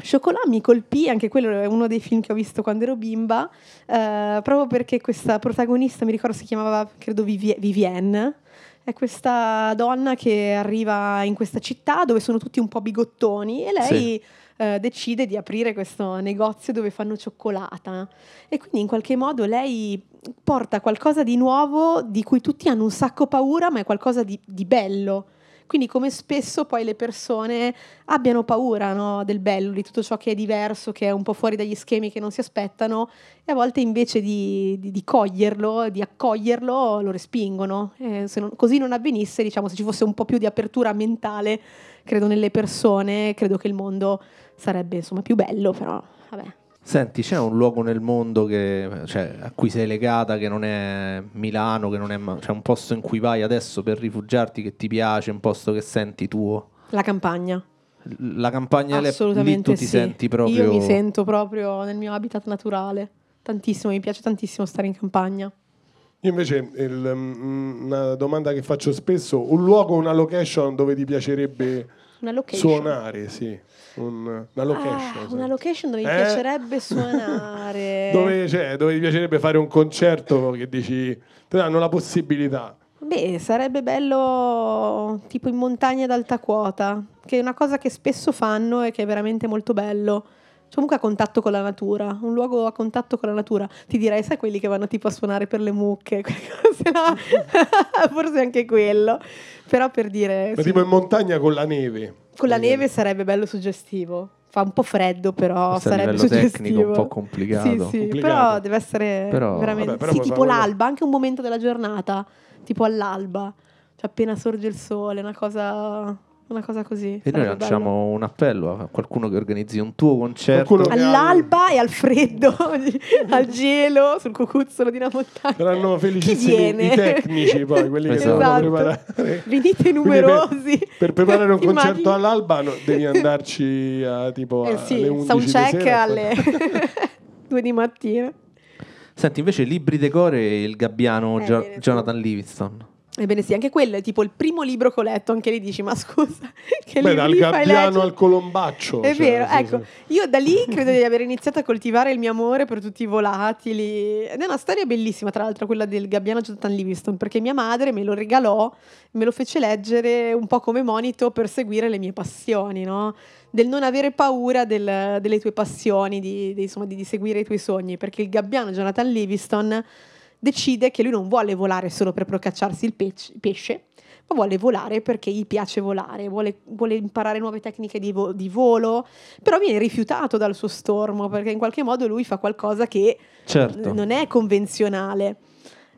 Chocolat mi colpì, anche quello è uno dei film che ho visto quando ero bimba, eh, proprio perché questa protagonista, mi ricordo si chiamava, credo Vivi- Vivienne, è questa donna che arriva in questa città dove sono tutti un po' bigottoni e lei Sì. eh, decide di aprire questo negozio dove fanno cioccolata e quindi in qualche modo lei porta qualcosa di nuovo di cui tutti hanno un sacco paura, ma è qualcosa di, di bello. Quindi come spesso poi le persone abbiano paura no, del bello, di tutto ciò che è diverso, che è un po' fuori dagli schemi che non si aspettano e a volte invece di, di- di coglierlo, di accoglierlo, lo respingono. Eh, se non- così non avvenisse, diciamo, se ci fosse un po' più di apertura mentale, credo nelle persone, credo che il mondo sarebbe insomma più bello, però vabbè. Senti, c'è un luogo nel mondo che, cioè, a cui sei legata, che non è Milano, che non è... ma- C'è un posto in cui vai adesso per rifugiarti che ti piace, un posto che senti tuo? La campagna. L- La campagna lì lì Assolutamente tu ti sì. senti proprio... Io mi sento proprio nel mio habitat naturale. Tantissimo, mi piace tantissimo stare in campagna. Io invece il, mm, una domanda che faccio spesso, un luogo, una location dove ti piacerebbe Una location. suonare, sì. Un- una Ah, location. sì. una location dove mi Eh? piacerebbe suonare. Dove, cioè, dove ti piacerebbe fare un concerto che dici, te danno la possibilità. Beh, sarebbe bello tipo in montagna ad alta quota, che è una cosa che spesso fanno e che è veramente molto bello. Cioè, Comunque a contatto con la natura, un luogo a contatto con la natura. Ti direi, sai quelli che vanno tipo a suonare per le mucche, quelle cose là? forse anche quello. Però per dire... Ma Eh, sì. tipo in montagna con la neve. Con la Voglio dire. neve sarebbe bello suggestivo. Fa un po' freddo, però Forse a sarebbe livello suggestivo. tecnico un po' complicato. Sì, sì, Complicato. però deve essere Però- veramente Vabbè, però sì, puoi tipo farlo- l'alba, anche un momento della giornata, tipo all'alba, cioè appena sorge il sole, una cosa una cosa così. E noi sarebbe lanciamo bello. un appello a qualcuno che organizzi un tuo concerto. Qualcuno- all'alba e al freddo, al gelo, sul cucuzzolo di una montagna. Saranno Chi felicissimi viene? i tecnici poi, quelli che Esatto. devono preparare. Venite Quindi per- numerosi. Per, preparare un Ti immagini? concerto all'alba no, devi andarci a, tipo Eh a- sì, alle 11 di soundcheck sera. alle 2 di mattina. Senti, invece Libri Decore e il gabbiano Eh, Gio- bene, sì. Jonathan Livingston. Ebbene sì, anche quello è tipo il primo libro che ho letto, anche lì dici, ma scusa, che Beh, libri dal fai gabbiano leggere?" al colombaccio. È cioè, vero, sì, ecco, sì. io da lì credo di aver iniziato a coltivare il mio amore per tutti i volatili. Ed è una storia bellissima, tra l'altro, quella del gabbiano Jonathan Livingston, perché mia madre me lo regalò, me lo fece leggere un po' come monito per seguire le mie passioni, no? Del non avere paura del- delle tue passioni, di, di- insomma, di, di seguire i tuoi sogni, perché il gabbiano Jonathan Livingston decide che lui non vuole volare solo per procacciarsi il pec- pesce, ma vuole volare perché gli piace volare, vuole, vuole imparare nuove tecniche di, vo- di volo, però viene rifiutato dal suo stormo perché in qualche modo lui fa qualcosa che Certo. n- non è convenzionale.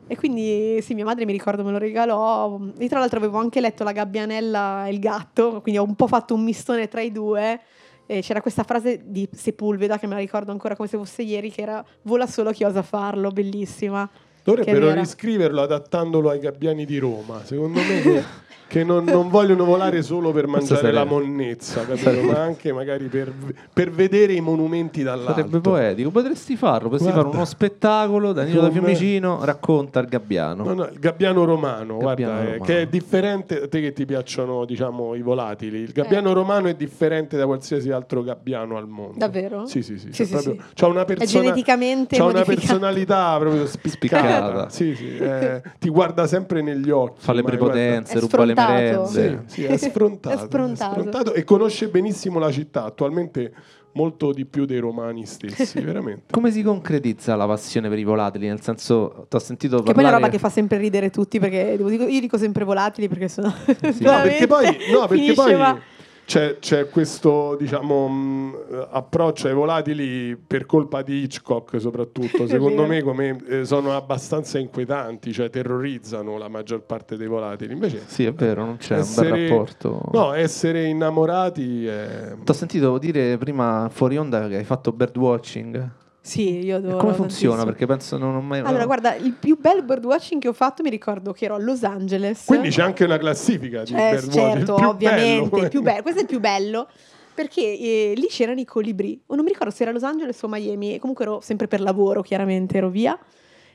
E quindi sì, mia madre mi ricordo me lo regalò. Io tra l'altro avevo anche letto La gabbianella e il gatto, quindi ho un po' fatto un mistone tra i due. E c'era questa frase di Sepulveda che me la ricordo ancora come se fosse ieri, che era vola solo chi osa farlo, bellissima. Dovrebbero vera. riscriverlo adattandolo ai gabbiani di Roma. Secondo me che, che non, non vogliono volare solo per Questo mangiare la sarebbe- monnezza, capito? sarebbe- ma anche magari per, per vedere i monumenti dall'alto. Sarebbe poetico, potresti farlo, potresti Guarda. fare uno spettacolo, Danilo da Con- Fiumicino racconta il gabbiano. No, no, il gabbiano romano, Gabbiano guarda, eh, romano. che è differente a te che ti piacciono, diciamo, i volatili. Il Eh. gabbiano romano è differente da qualsiasi altro gabbiano al mondo. Davvero? Sì, sì, sì. Sì, c'è sì, proprio- sì. c'ha una persona- geneticamente c'ha una modificato. personalità proprio spiccata. Spiccata. Sì, sì, eh, ti guarda sempre negli occhi. Fa le ma guarda- prepotenze, È ruba le sfrontato. merende. Sì, sì, è sfrontato, È sfrontato. è sfrontato e conosce benissimo la città, attualmente molto di più dei romani stessi, veramente. Come si concretizza la passione per i volatili? Nel senso, ti ho sentito Che poi è parlare... una roba che fa sempre ridere tutti perché devo- dico- io dico sempre volatili perché sono No, perché veramente poi, no, perché finisce, poi ma- c'è, c'è questo diciamo, mh, approccio ai volatili per colpa di Hitchcock soprattutto, È secondo vero. me come, eh, sono abbastanza inquietanti, cioè terrorizzano la maggior parte dei volatili. Invece Sì, è vero, non c'è un essere- bel rapporto. No, essere innamorati è... Ti ho sentito dire prima fuori onda che hai fatto birdwatching. Sì, io adoro. Come funziona? tantissimo. Perché penso non ho eh, mai... Allora, guarda, il più bel birdwatching che ho fatto mi ricordo che ero a Los Angeles. Quindi c'è anche una classifica di Eh, Birdwatch, il certo, più ovviamente, bello. il più bello. questo è il più bello. Perché eh, lì c'erano i colibri, o non mi ricordo se era Los Angeles o Miami, e comunque ero sempre per lavoro, chiaramente ero via.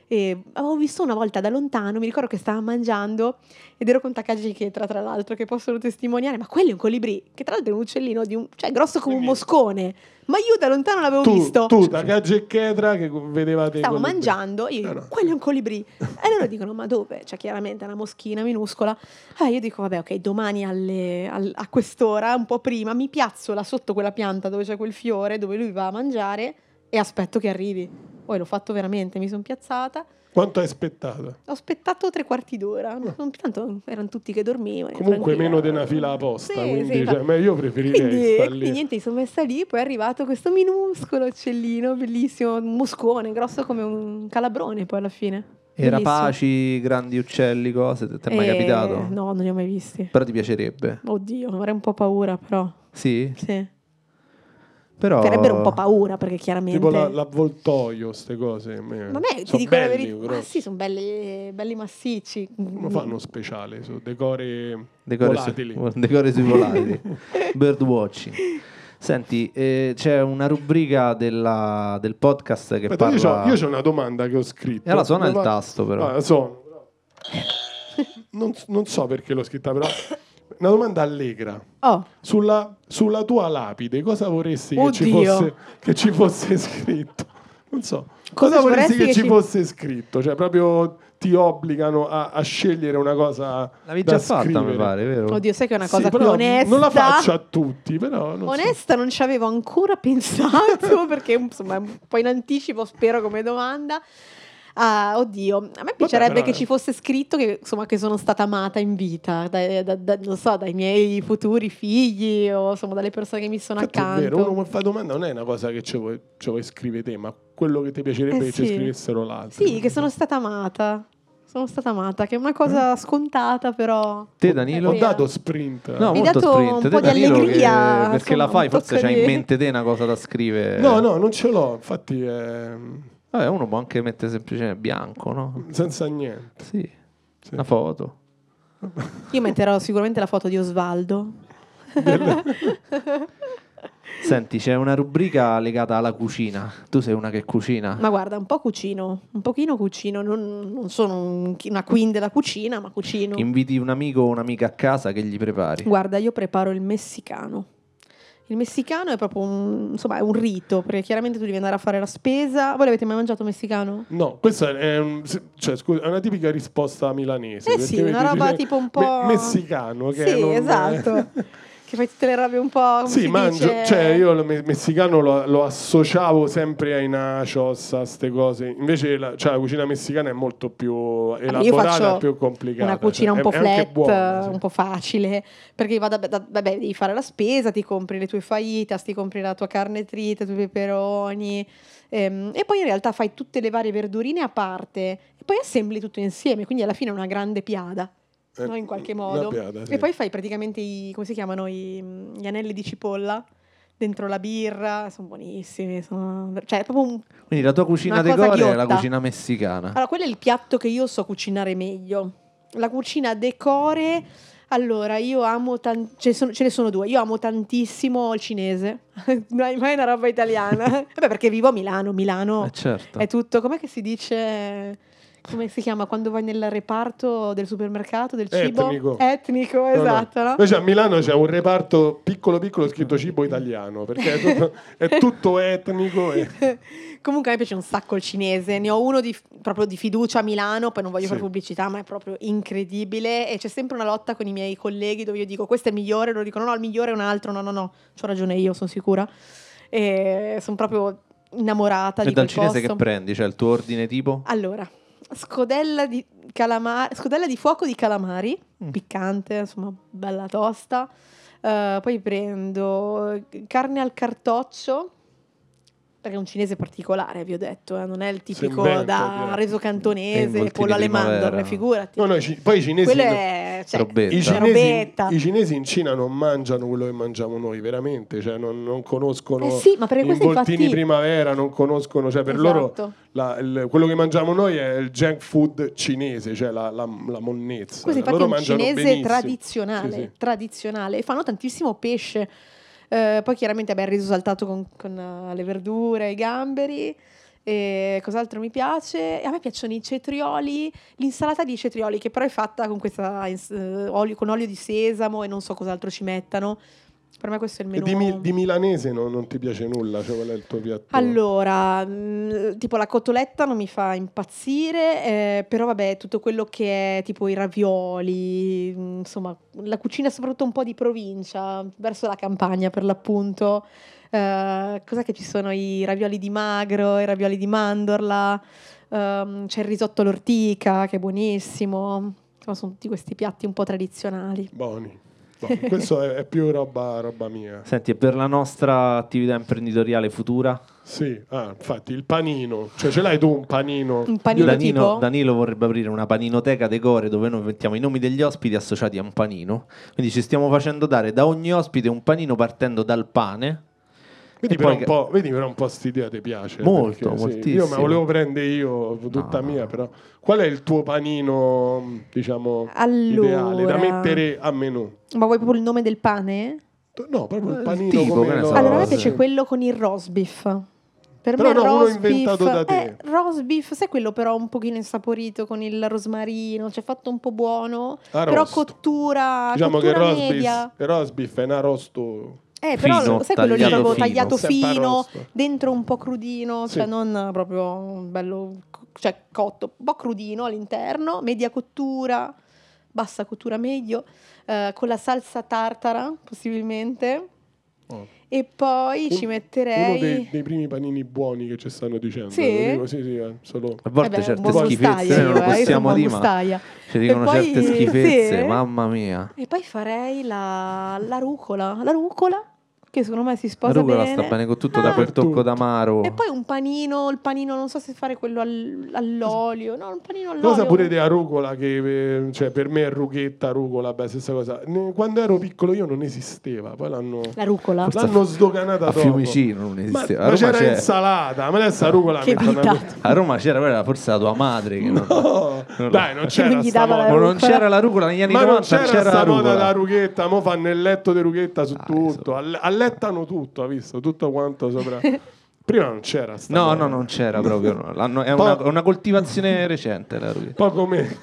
E avevo visto una volta da lontano, mi ricordo che stava mangiando ed ero con Takagi Ketra, tra l'altro, che possono testimoniare, ma quello è un colibrì, che tra l'altro è un uccellino di un, cioè grosso come un Quindi- moscone, ma io da lontano l'avevo tu, visto. tu da Gaggi e Chetra che vedevate Stavo quelli- mangiando, io, Ah, no. quello è un colibrì. E loro dicono: Ma dove? Cioè, chiaramente è una moschina minuscola. Ah, io dico: Vabbè, ok, domani alle- al- a quest'ora, un po' prima, mi piazzo là sotto quella pianta dove c'è quel fiore, dove lui va a mangiare e aspetto che arrivi. Poi l'ho fatto veramente, mi sono piazzata. quanto hai aspettato Ho aspettato tre quarti d'ora. Non- Tanto erano tutti che dormivano. Ah. comunque Eh, tranquilla. meno di una fila apposta Sì, quindi sì, cioè, ma- ma io preferirei quindi, star lì e quindi niente, mi sono messa lì, poi è arrivato questo minuscolo uccellino, bellissimo, un moscone, grosso come un calabrone poi alla fine. E Bellissimo. rapaci, grandi uccelli, cose, ti è mai Eh, capitato? No, non li ho mai visti. Però ti piacerebbe. Oddio, avrei un po' paura, però. Sì, Sì. però... Farebbero un po' paura perché chiaramente. tipo la- l'avvoltoio queste cose ma Ma a me ti sono dico la belli verità. grossi. Ah, sì, sono belli, belli massicci. Come fanno speciale su decore Decore volatili Su, decore sui volatili. Birdwatching. Senti, eh, c'è una rubrica della- del podcast che Aspetta, io parla... c'ho- io ho una domanda che ho scritto E allora suona il Dove va- tasto però. Ah, so. non, non so perché l'ho scritta però una domanda allegra Oh, Sulla, sulla tua lapide, cosa vorresti che ci, Oddio. fosse, che ci fosse scritto? Non so. Cosa, Cosa vorresti che, ci ci- fosse scritto? Cioè, proprio ti obbligano a, a scegliere una cosa. L'avevi da già fatta, scrivere. mi pare, vero? oddio, sai che è una Sì, cosa più però onesta. Non la faccio a tutti, però. Non so. Onesta, non ci avevo ancora pensato perché insomma è un po' in anticipo, spero come domanda. Ah, oddio, a me piacerebbe però, che eh. ci fosse scritto che, insomma, che sono stata amata in vita, da- da- da- non so, dai miei futuri figli o insomma dalle persone che mi sono Infatti accanto. è vero, uno che fa domanda non è una cosa che ci vuoi, ci vuoi scrivere te, ma quello che ti piacerebbe Eh che ci sì. scrivessero l'altro. Sì, che sono stata amata. Sono stata amata, che è Eh? una cosa scontata, però. Te Ho Danilo? Eh, vero. dato sprint. No, Mi hai molto dato un sprint. po' Te, di Danilo, allegria, che- perché insomma, la fai, un forse tocco c'hai in di- mente te una cosa da scrivere. No, no, non ce l'ho. Infatti, ehm, Vabbè, uno può anche mettere semplicemente bianco, no? senza niente. Sì, Sì. una foto. Io metterò sicuramente la foto di Osvaldo. Senti, c'è una rubrica legata alla cucina. Tu sei una che cucina. Ma guarda, un po' cucino, un pochino cucino. Non, non sono un chi- una queen della cucina, ma cucino. Inviti un amico o un'amica a casa che gli prepari. Guarda, io preparo il messicano. Il messicano è proprio un, insomma, è un rito, perché chiaramente tu devi andare a fare la spesa. Voi l'avete mai mangiato messicano? No, questa è, un- se- cioè, scusa, è una tipica risposta milanese. Eh perché sì, vedi, una roba dice- tipo un me- po'... messicano. Che sì, non- esatto. Che fai tutte le robe un po'. Come Sì, Oh, si mangio, dice? cioè io il me- messicano lo, lo associavo sempre ai nachos, a queste cose. Invece la, cioè, la cucina messicana è molto più elaborata, Ah, Io faccio più complicata. Una cucina cioè, un po' è- è anche flat, buona, sì. un po' facile, perché vado a- da- vabbè, devi fare la spesa, ti compri le tue fajitas, ti compri la tua carne trita, i tuoi peperoni, ehm, e poi in realtà fai tutte le varie verdurine a parte e poi assembli tutto insieme, quindi alla fine è una grande piada. Eh, no, in qualche una modo. piada, Eh, sì. E poi fai praticamente i, come si chiamano, i- gli anelli di cipolla dentro la birra, sono buonissimi, sono- cioè è proprio un Quindi la tua cucina Una de cosa gore è la ghiotta. Ah, cucina Ecco. messicana. allora, quello è il piatto che io so cucinare meglio. La cucina decore. Allora, io amo tan- ce, sono- ce ne sono due. Io amo tantissimo il cinese. mai mai una roba italiana. Vabbè, perché vivo a Milano. Milano Eh, certo. è tutto. Com'è che si dice? Come si chiama quando vai nel reparto del supermercato del cibo? Etnico. Etnico, No, no. esatto. no? Invece a Milano c'è un reparto piccolo piccolo scritto cibo italiano, perché è tutto, è tutto etnico. E... Comunque a me piace un sacco il cinese, ne ho uno di- proprio di fiducia a Milano, poi non voglio Sì. fare pubblicità, ma è proprio incredibile e c'è sempre una lotta con i miei colleghi dove io dico questo è il migliore, loro dicono no, il migliore è un altro, no, no, no, c'ho ragione io, sono sicura. E sono proprio innamorata E di Cioè, dal quel cinese che posto. Ah. prendi? Cioè il tuo ordine tipo? Allora, scodella di, calamari, scodella di fuoco di calamari, Mm. piccante, insomma, bella tosta. Eh, poi prendo eh, carne al cartoccio, perché è un cinese particolare, vi ho detto, eh, non è il tipico inventa, da direi. reso cantonese, Involtini pollo alle primavera. mandorle, figurati. No, no, i ci- poi i cinesi... Quello è... Cioè, Robetta. I cinesi, robetta. i cinesi in Cina non mangiano quello che mangiamo noi, veramente, cioè non, non conoscono Eh sì, ma per i questo voltini infatti... primavera, non conoscono, cioè per loro Esatto. la- il- quello che mangiamo noi è il junk food cinese, cioè la, la, la monnezza. Questo infatti loro è un mangiano cinese benissimo. tradizionale, Sì, sì. tradizionale, e fanno tantissimo pesce. Eh, poi chiaramente beh, il riso saltato con, con, eh, le verdure, i gamberi. E cos'altro mi piace? E A me piacciono i cetrioli, l'insalata di cetrioli che però è fatta con, questa, ins- eh, olio, con olio di sesamo e non so cos'altro ci mettano. Per me questo è il E menù. di, mi- di milanese non, non ti piace nulla, cioè qual è il tuo piatto? Allora, mh, tipo la cotoletta non mi fa impazzire, eh, però vabbè, tutto quello che è tipo i ravioli, mh, insomma, la cucina soprattutto un po' di provincia, verso la campagna per l'appunto. Eh, cos'è che ci sono? I ravioli di magro, i ravioli di mandorla, ehm, c'è il risotto all'ortica che è buonissimo. Insomma, sono tutti questi piatti un po' tradizionali. Buoni. Buoni. Questo è, è più roba, roba mia. Senti, e per la nostra attività imprenditoriale futura, Sì, ah, infatti il panino, cioè ce l'hai tu un panino? Un panino Danilo, tipo? Danilo vorrebbe aprire una paninoteca decore dove noi mettiamo i nomi degli ospiti associati a un panino. Quindi ci stiamo facendo dare da ogni ospite un panino partendo dal pane. Vedi E però, poi un che- po', vedi però un po' st'idea ti piace Molto, perché, Io moltissimo. me la volevo prendere io tutta No. mia però Qual è il tuo panino mh, diciamo ideale da Allora, mettere a menù? ma vuoi proprio il nome del pane? No, proprio il Il panino Eh, tipo, come che ne lo- so, Allora, a me sì. piace quello con il roast beef. Per Però me no, il uno roast inventato beef da te. eh, roast beef, sai quello però un pochino insaporito con il rosmarino, cioè fatto un po' buono, però Arrosto. cottura, Diciamo che il cottura roast media. beef- il roast beef è un arrosto Eh, però Fino, sai quello lì tagliato proprio fino. tagliato Sempre fino, arrosto. dentro un po' crudino, Sì. cioè non proprio bello, co- cioè cotto, un po' crudino all'interno, media cottura, bassa cottura meglio, eh, con la salsa tartara possibilmente. Oh. E poi ci Un- metterei... Uno dei, dei primi panini buoni che ci stanno dicendo Sì? te lo dico, sì, sì, eh, solo- A volte Vabbè, un certe buon schifezze gustaio noi non le io, eh, io sono un possiamo buon dire, ma gustaia. ci dicono poi- certe schifezze, sì. eh? mamma mia. E poi farei la, la rucola, la rucola, che secondo me si La sposa rucola bene. sta bene con tutto, Ah. da quel tocco Tutto. d'amaro. E poi un panino, il panino, non so se fare quello al- all'olio, no, un panino all'olio. Cosa pure della rucola, che eh, cioè, per me è rughetta, rucola, beh, stessa cosa. Ne- Quando ero piccolo io non esisteva, poi l'hanno, La rucola? Forse l'hanno sdoganata a dopo. Fiumicino non Ma, esisteva. ma a, Roma c'era c'era, insalata, ma adesso a rucola Che mettono vita. la- a Roma c'era, quella era forse la tua madre che non- No, Non lo- dai, non c'era non gli sta dava Ma moda. non rucola. c'era la rucola negli anni Ma non 90, c'era, la sta moda rucola. da rughetta, mo fanno il letto di rughetta su Ah, tutto, insomma. all- allettano tutto, ha visto, tutto quanto sopra. Prima non c'era sta No, moda. no, non c'era proprio. no. L'hanno- è Poi- una, una coltivazione recente la rughetta. Poi come...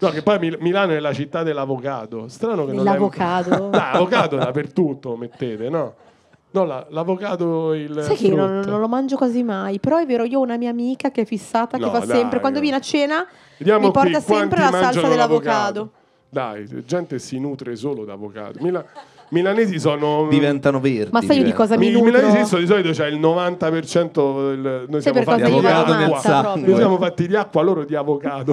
No, che poi Mil- Milano è la città dell'avocado. Strano che non l'hai- L'avocado. Dai, avocado dappertutto mettete, no? No, la- l'avocado il Sai che io non, frutto. non lo mangio quasi mai, però è vero, io ho una mia amica che è fissata, che No, fa dai, sempre, quando no. viene a cena, Vediamo mi porta qui quanti sempre la salsa mangiano dell'avocado. Dai, gente si nutre solo d'avocado. Mila- milanesi sono... diventano verdi. Ma sai io di diventano. cosa mi Mi- I milanesi nutro? sono di solito c'è il 90% del, noi siamo per fatti cosa di io vado acqua. nel sacco. Noi siamo fatti di acqua, loro di avocado.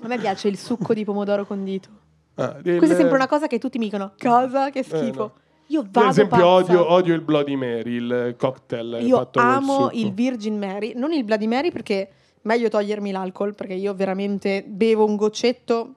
A me piace il succo di pomodoro condito. Ah, Questa è del- sempre una cosa che tutti mi dicono: Cosa? Che schifo. Eh, no. Io Io, vado ad esempio pazza. odio, odio il Bloody Mary, il cocktail Io fatto col amo succo. il Virgin Mary, non il Bloody Mary perché meglio togliermi l'alcol perché io veramente bevo un goccetto,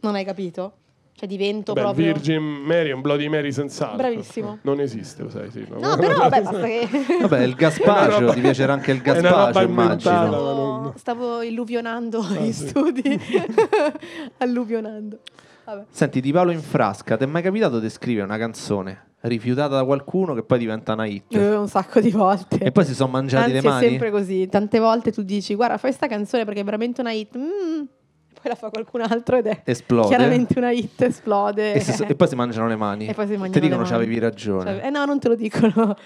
non hai capito? Cioè divento Beh, il proprio Virgin Mary è un Bloody Mary senz'altro. Bravissimo. Non esiste, lo sai, sì, no? No, però vabbè, basta che Vabbè, il È una gaspacio, roba- ti piacerà anche il è una gaspacio, roba inventata. immagino. ma non- stavo, stavo illuvionando Ah, gli sì. studi, alluvionando. Vabbè. Senti, Di Paolo in frasca, ti è mai capitato di scrivere una canzone rifiutata da qualcuno che poi diventa una hit? Eh, un sacco di volte. E poi si sono mangiati Anzi, le mani? è sempre così. Tante volte tu dici, guarda, fai sta canzone perché è veramente una hit. Mm. Poi la fa qualcun altro ed è Esplode. chiaramente una hit, esplode. E, si so- e poi si mangiano le mani. E poi si mangiano Ti le dicono mani. c'avevi ragione. Cioè, eh no, non te lo dicono.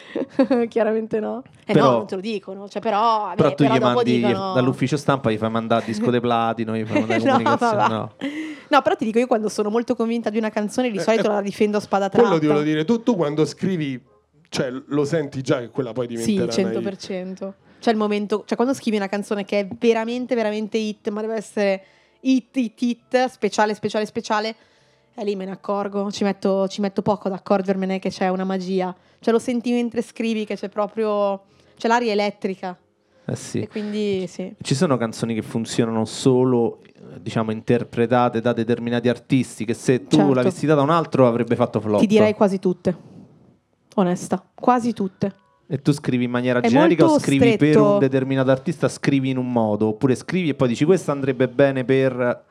chiaramente no. Eh Però- no, non te lo dicono. Cioè, però, vabbè, però tu gli dopo mandi dicono... dall'ufficio stampa, gli fai mandare disco de platino, gli fai mandare No, comunicazione. vabbè. No. No, però ti dico, io quando sono molto convinta di una canzone, di Eh, solito eh, la difendo a spada tratta. Quello ti volevo dire, tu, tu quando scrivi, cioè, lo senti già che quella poi Sì, diventerà una hit. 100%. C'è il momento, cioè quando scrivi una canzone che è veramente, veramente hit, ma deve essere hit, hit, hit, speciale, speciale, speciale, e lì me ne accorgo, ci metto, ci metto poco ad accorgermene che c'è una magia. Cioè lo senti mentre scrivi che c'è proprio, c'è l'aria elettrica. Eh sì. E quindi sì. Ci sono canzoni che funzionano solo, eh, diciamo, interpretate da determinati artisti, che se tu Certo. l'avessi data a un altro avrebbe fatto flop. Ti direi quasi tutte. Onesta, quasi tutte. E tu scrivi in maniera È generica o molto scrivi per stretto. un determinato artista, scrivi in un modo, oppure scrivi e poi dici questo andrebbe bene per...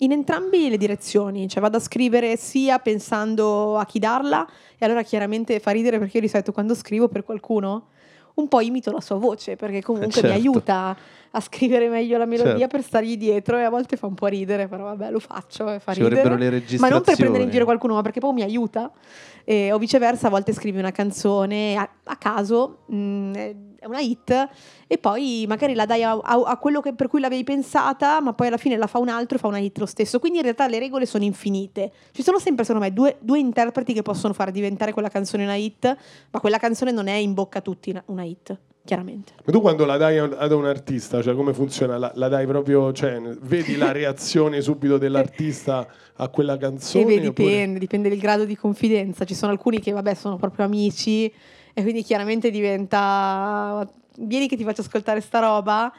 In entrambe le direzioni, cioè vado a scrivere sia pensando a chi darla, e allora chiaramente fa ridere perché io di solito quando scrivo per qualcuno un po' imito la sua voce perché comunque mi certo. aiuta a scrivere meglio la melodia Certo. per stargli dietro e a volte fa un po' ridere, però vabbè lo faccio e fa Ci ridere. vorrebbero le Ma registrazioni. non per prendere in giro qualcuno, ma perché poi mi aiuta. Eh, o viceversa, a volte scrivi una canzone a, a caso, mh, è una hit, e poi magari la dai a, a- a quello che- per cui l'avevi pensata, ma poi alla fine la fa un altro e fa una hit lo stesso. Quindi in realtà le regole sono infinite. Ci sono sempre, secondo me, due, due interpreti che possono far diventare quella canzone una hit, ma quella canzone non è in bocca a tutti una- una hit, chiaramente. Ma tu quando la dai a- ad un artista, cioè come funziona? La, la dai proprio, cioè, vedi la reazione subito dell'artista a quella canzone? E beh, oppure- dipende, dipende del grado di confidenza. Ci sono alcuni che, vabbè, sono proprio amici e quindi chiaramente diventa vieni che ti faccio ascoltare sta roba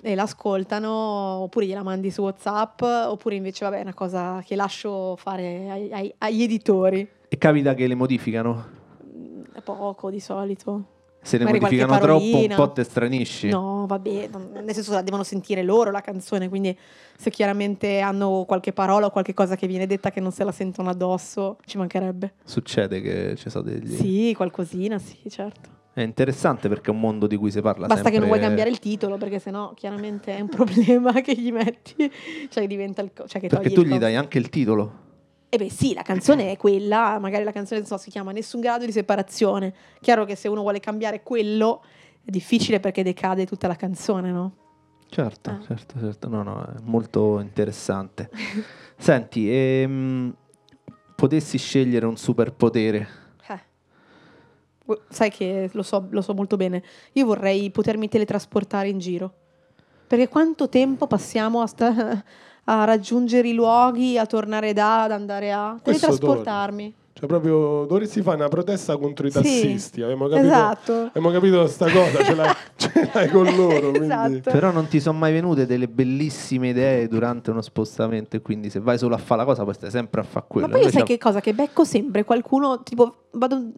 e l'ascoltano oppure gliela mandi su WhatsApp oppure invece, vabbè, è una cosa che lascio fare ai- ai- agli editori. E capita che le modificano? Mm, è Poco di solito. Se le Magari qualche modificano troppo un parolina. po' te stranisci. No, vabbè, non- nel senso la devono sentire loro la canzone, quindi se chiaramente hanno qualche parola o qualche cosa che viene detta che non se la sentono addosso, ci mancherebbe. Succede che ci sono degli... Sì, qualcosina, sì, certo. È interessante perché è un mondo di cui si parla Basta che non vuoi sempre- cambiare il titolo, perché sennò chiaramente è un problema che gli metti. Cioè, diventa il. co- Cioè, che Perché togli tu il gli coso. dai anche il titolo. Eh beh, sì, la canzone è quella. Magari la canzone non so, si chiama Nessun grado di separazione. Chiaro che se uno vuole cambiare quello è difficile perché decade tutta la canzone, no? Certo, Ah. certo, certo. No, no, è molto interessante. Senti, ehm, potessi scegliere un superpotere. Eh. Gu- Sai che lo so, lo so molto bene. Io vorrei potermi teletrasportare in giro. Perché quanto tempo passiamo a, sta- a raggiungere i luoghi, a tornare da, ad andare a Questo teletrasportarmi. Cioè, proprio dovresti fare una protesta contro i Sì. tassisti, abbiamo capito? Eh, Esatto. Abbiamo capito sta cosa, ce l'hai, ce l'hai con loro. Quindi. Esatto. Però non ti sono mai venute delle bellissime idee durante uno spostamento. E quindi se vai solo a fare la cosa, poi stai sempre a fare quello. Ma poi io sai Invece- che cosa? Che becco sempre qualcuno, tipo vado, mm,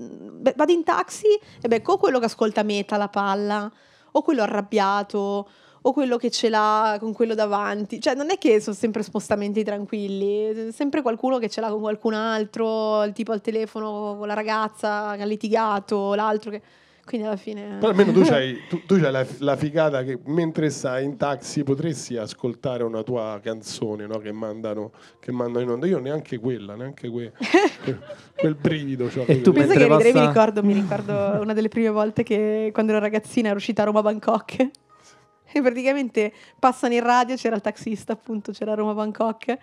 be- vado in taxi e becco o quello che ascolta meta la palla, o quello arrabbiato, o quello che ce l'ha con quello davanti. Cioè non è che sono sempre spostamenti tranquilli, è sempre qualcuno che ce l'ha con qualcun altro, il tipo al telefono con la ragazza che ha litigato, l'altro che... Quindi alla fine... Però almeno tu c'hai, tu- tu c'hai la, la figata che mentre stai in taxi potresti ascoltare una tua canzone no? che, mandano, che mandano in onda. Io neanche quella, neanche que- quel, quel brivido. c'ho, E tu capito? Pensa mentre che ridere, passa- mi, ricordo, mi ricordo una delle prime volte che quando ero ragazzina ero uscita a Roma Bangkok e praticamente passano in radio, c'era il taxista appunto, c'era Roma Bangkok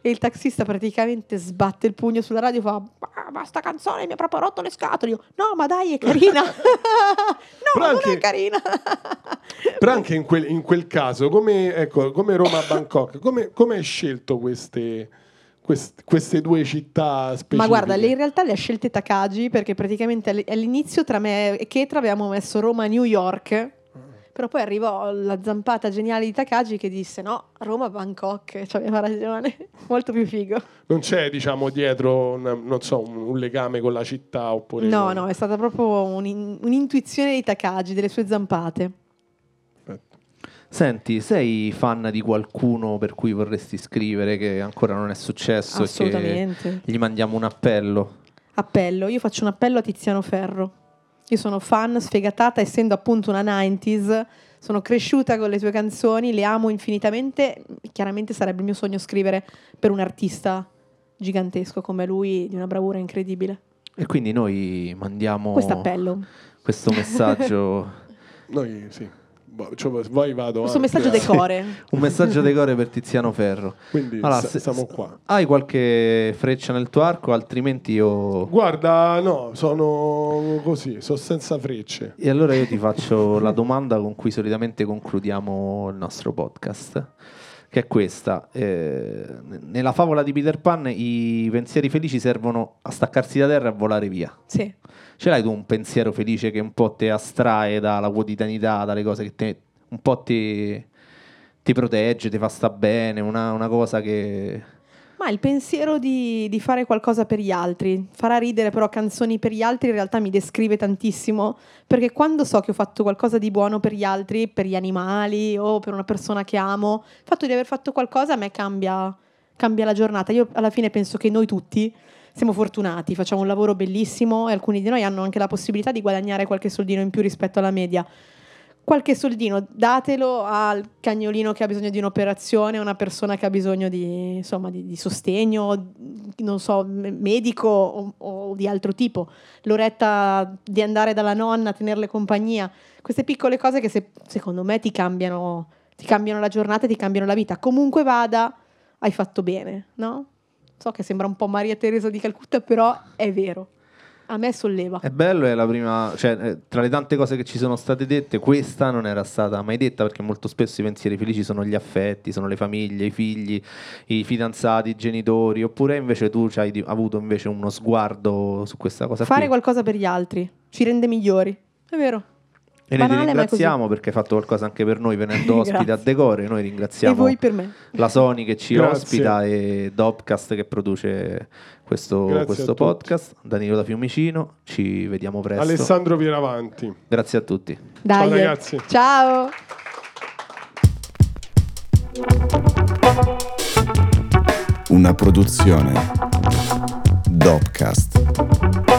e il taxista praticamente sbatte il pugno sulla radio e fa "Bah!" ma sta canzone mi ha proprio rotto le scatole. Io, no, ma dai, è carina. no, Però ma non anche- è carina. Però anche in quel, in quel caso, come, ecco, come Roma Bangkok, come, come hai scelto queste, quest- queste due città specifiche? Ma guarda, le- in realtà le ha scelte Takagi perché praticamente all- all'inizio tra me e Ketra avevamo messo Roma New York. Però poi arrivò la zampata geniale di Takagi che disse: No, Roma Bangkok, cioè aveva ragione, molto più figo. Non c'è, diciamo, dietro un, non so, un, un legame con la città oppure... No, no, è stata proprio un'in- un'intuizione di Takagi, delle sue zampate. Senti, sei fan di qualcuno per cui vorresti scrivere che ancora non è successo e che Assolutamente. gli mandiamo un appello? Appello, io faccio un appello a Tiziano Ferro. Io sono fan sfegatata, essendo appunto una 90s, sono cresciuta con le sue canzoni, le amo infinitamente. Chiaramente sarebbe il mio sogno scrivere per un artista gigantesco come lui, di una bravura incredibile. E quindi noi mandiamo Questo appello. questo messaggio, Noi, sì. Boh, cioè, voi vado Questo anche messaggio a- decore. un messaggio decore per Tiziano Ferro. Quindi Allora, s- se- siamo s- qua. Hai qualche freccia nel tuo arco, altrimenti io... Guarda, no, sono così, sono senza frecce. E allora io ti faccio la domanda con cui solitamente concludiamo il nostro podcast, che è questa. Eh, n- nella favola di Peter Pan i pensieri felici servono a staccarsi da terra e a volare via. Sì. Ce l'hai tu un pensiero felice che un po' ti astrae dalla quotidianità, dalle cose che te- un po' ti, ti protegge, ti fa sta bene, una, una cosa che... Ma il pensiero di, di fare qualcosa per gli altri, farà ridere però canzoni per gli altri in realtà mi descrive tantissimo, perché quando so che ho fatto qualcosa di buono per gli altri, per gli animali o per una persona che amo, il fatto di aver fatto qualcosa a me cambia, cambia la giornata. Io alla fine penso che noi tutti siamo fortunati, facciamo un lavoro bellissimo e alcuni di noi hanno anche la possibilità di guadagnare qualche soldino in più rispetto alla media. Qualche soldino, datelo al cagnolino che ha bisogno di un'operazione, a una persona che ha bisogno di, insomma, di, di sostegno, non so, me- medico o, o di altro tipo. L'oretta di andare dalla nonna, tenerle compagnia. Queste piccole cose che se- secondo me ti cambiano, ti cambiano la giornata e ti cambiano la vita. Comunque vada, hai fatto bene, no? So che sembra un po' Maria Teresa di Calcutta, però è vero. A me solleva. È bello, è la prima, cioè, eh, tra le tante cose che ci sono state dette, questa non era stata mai detta perché molto spesso i pensieri felici sono gli affetti, sono le famiglie, i figli, i fidanzati, i genitori, oppure invece tu ci hai di- avuto invece uno sguardo su questa cosa Fare qui. qualcosa per gli altri ci rende migliori. È vero. E noi ti banale, ma è così. ringraziamo perché hai fatto qualcosa anche per noi venendo ospite Grazie. a Decore, noi ringraziamo E voi per me. la Sony che ci Grazie. ospita e Dopcast che produce questo, Grazie a questo tutti. podcast. Danilo da Fiumicino, ci vediamo presto. Alessandro Pieravanti. Grazie a tutti. Dai. Ciao, ragazzi. Ciao. Una produzione Dopcast.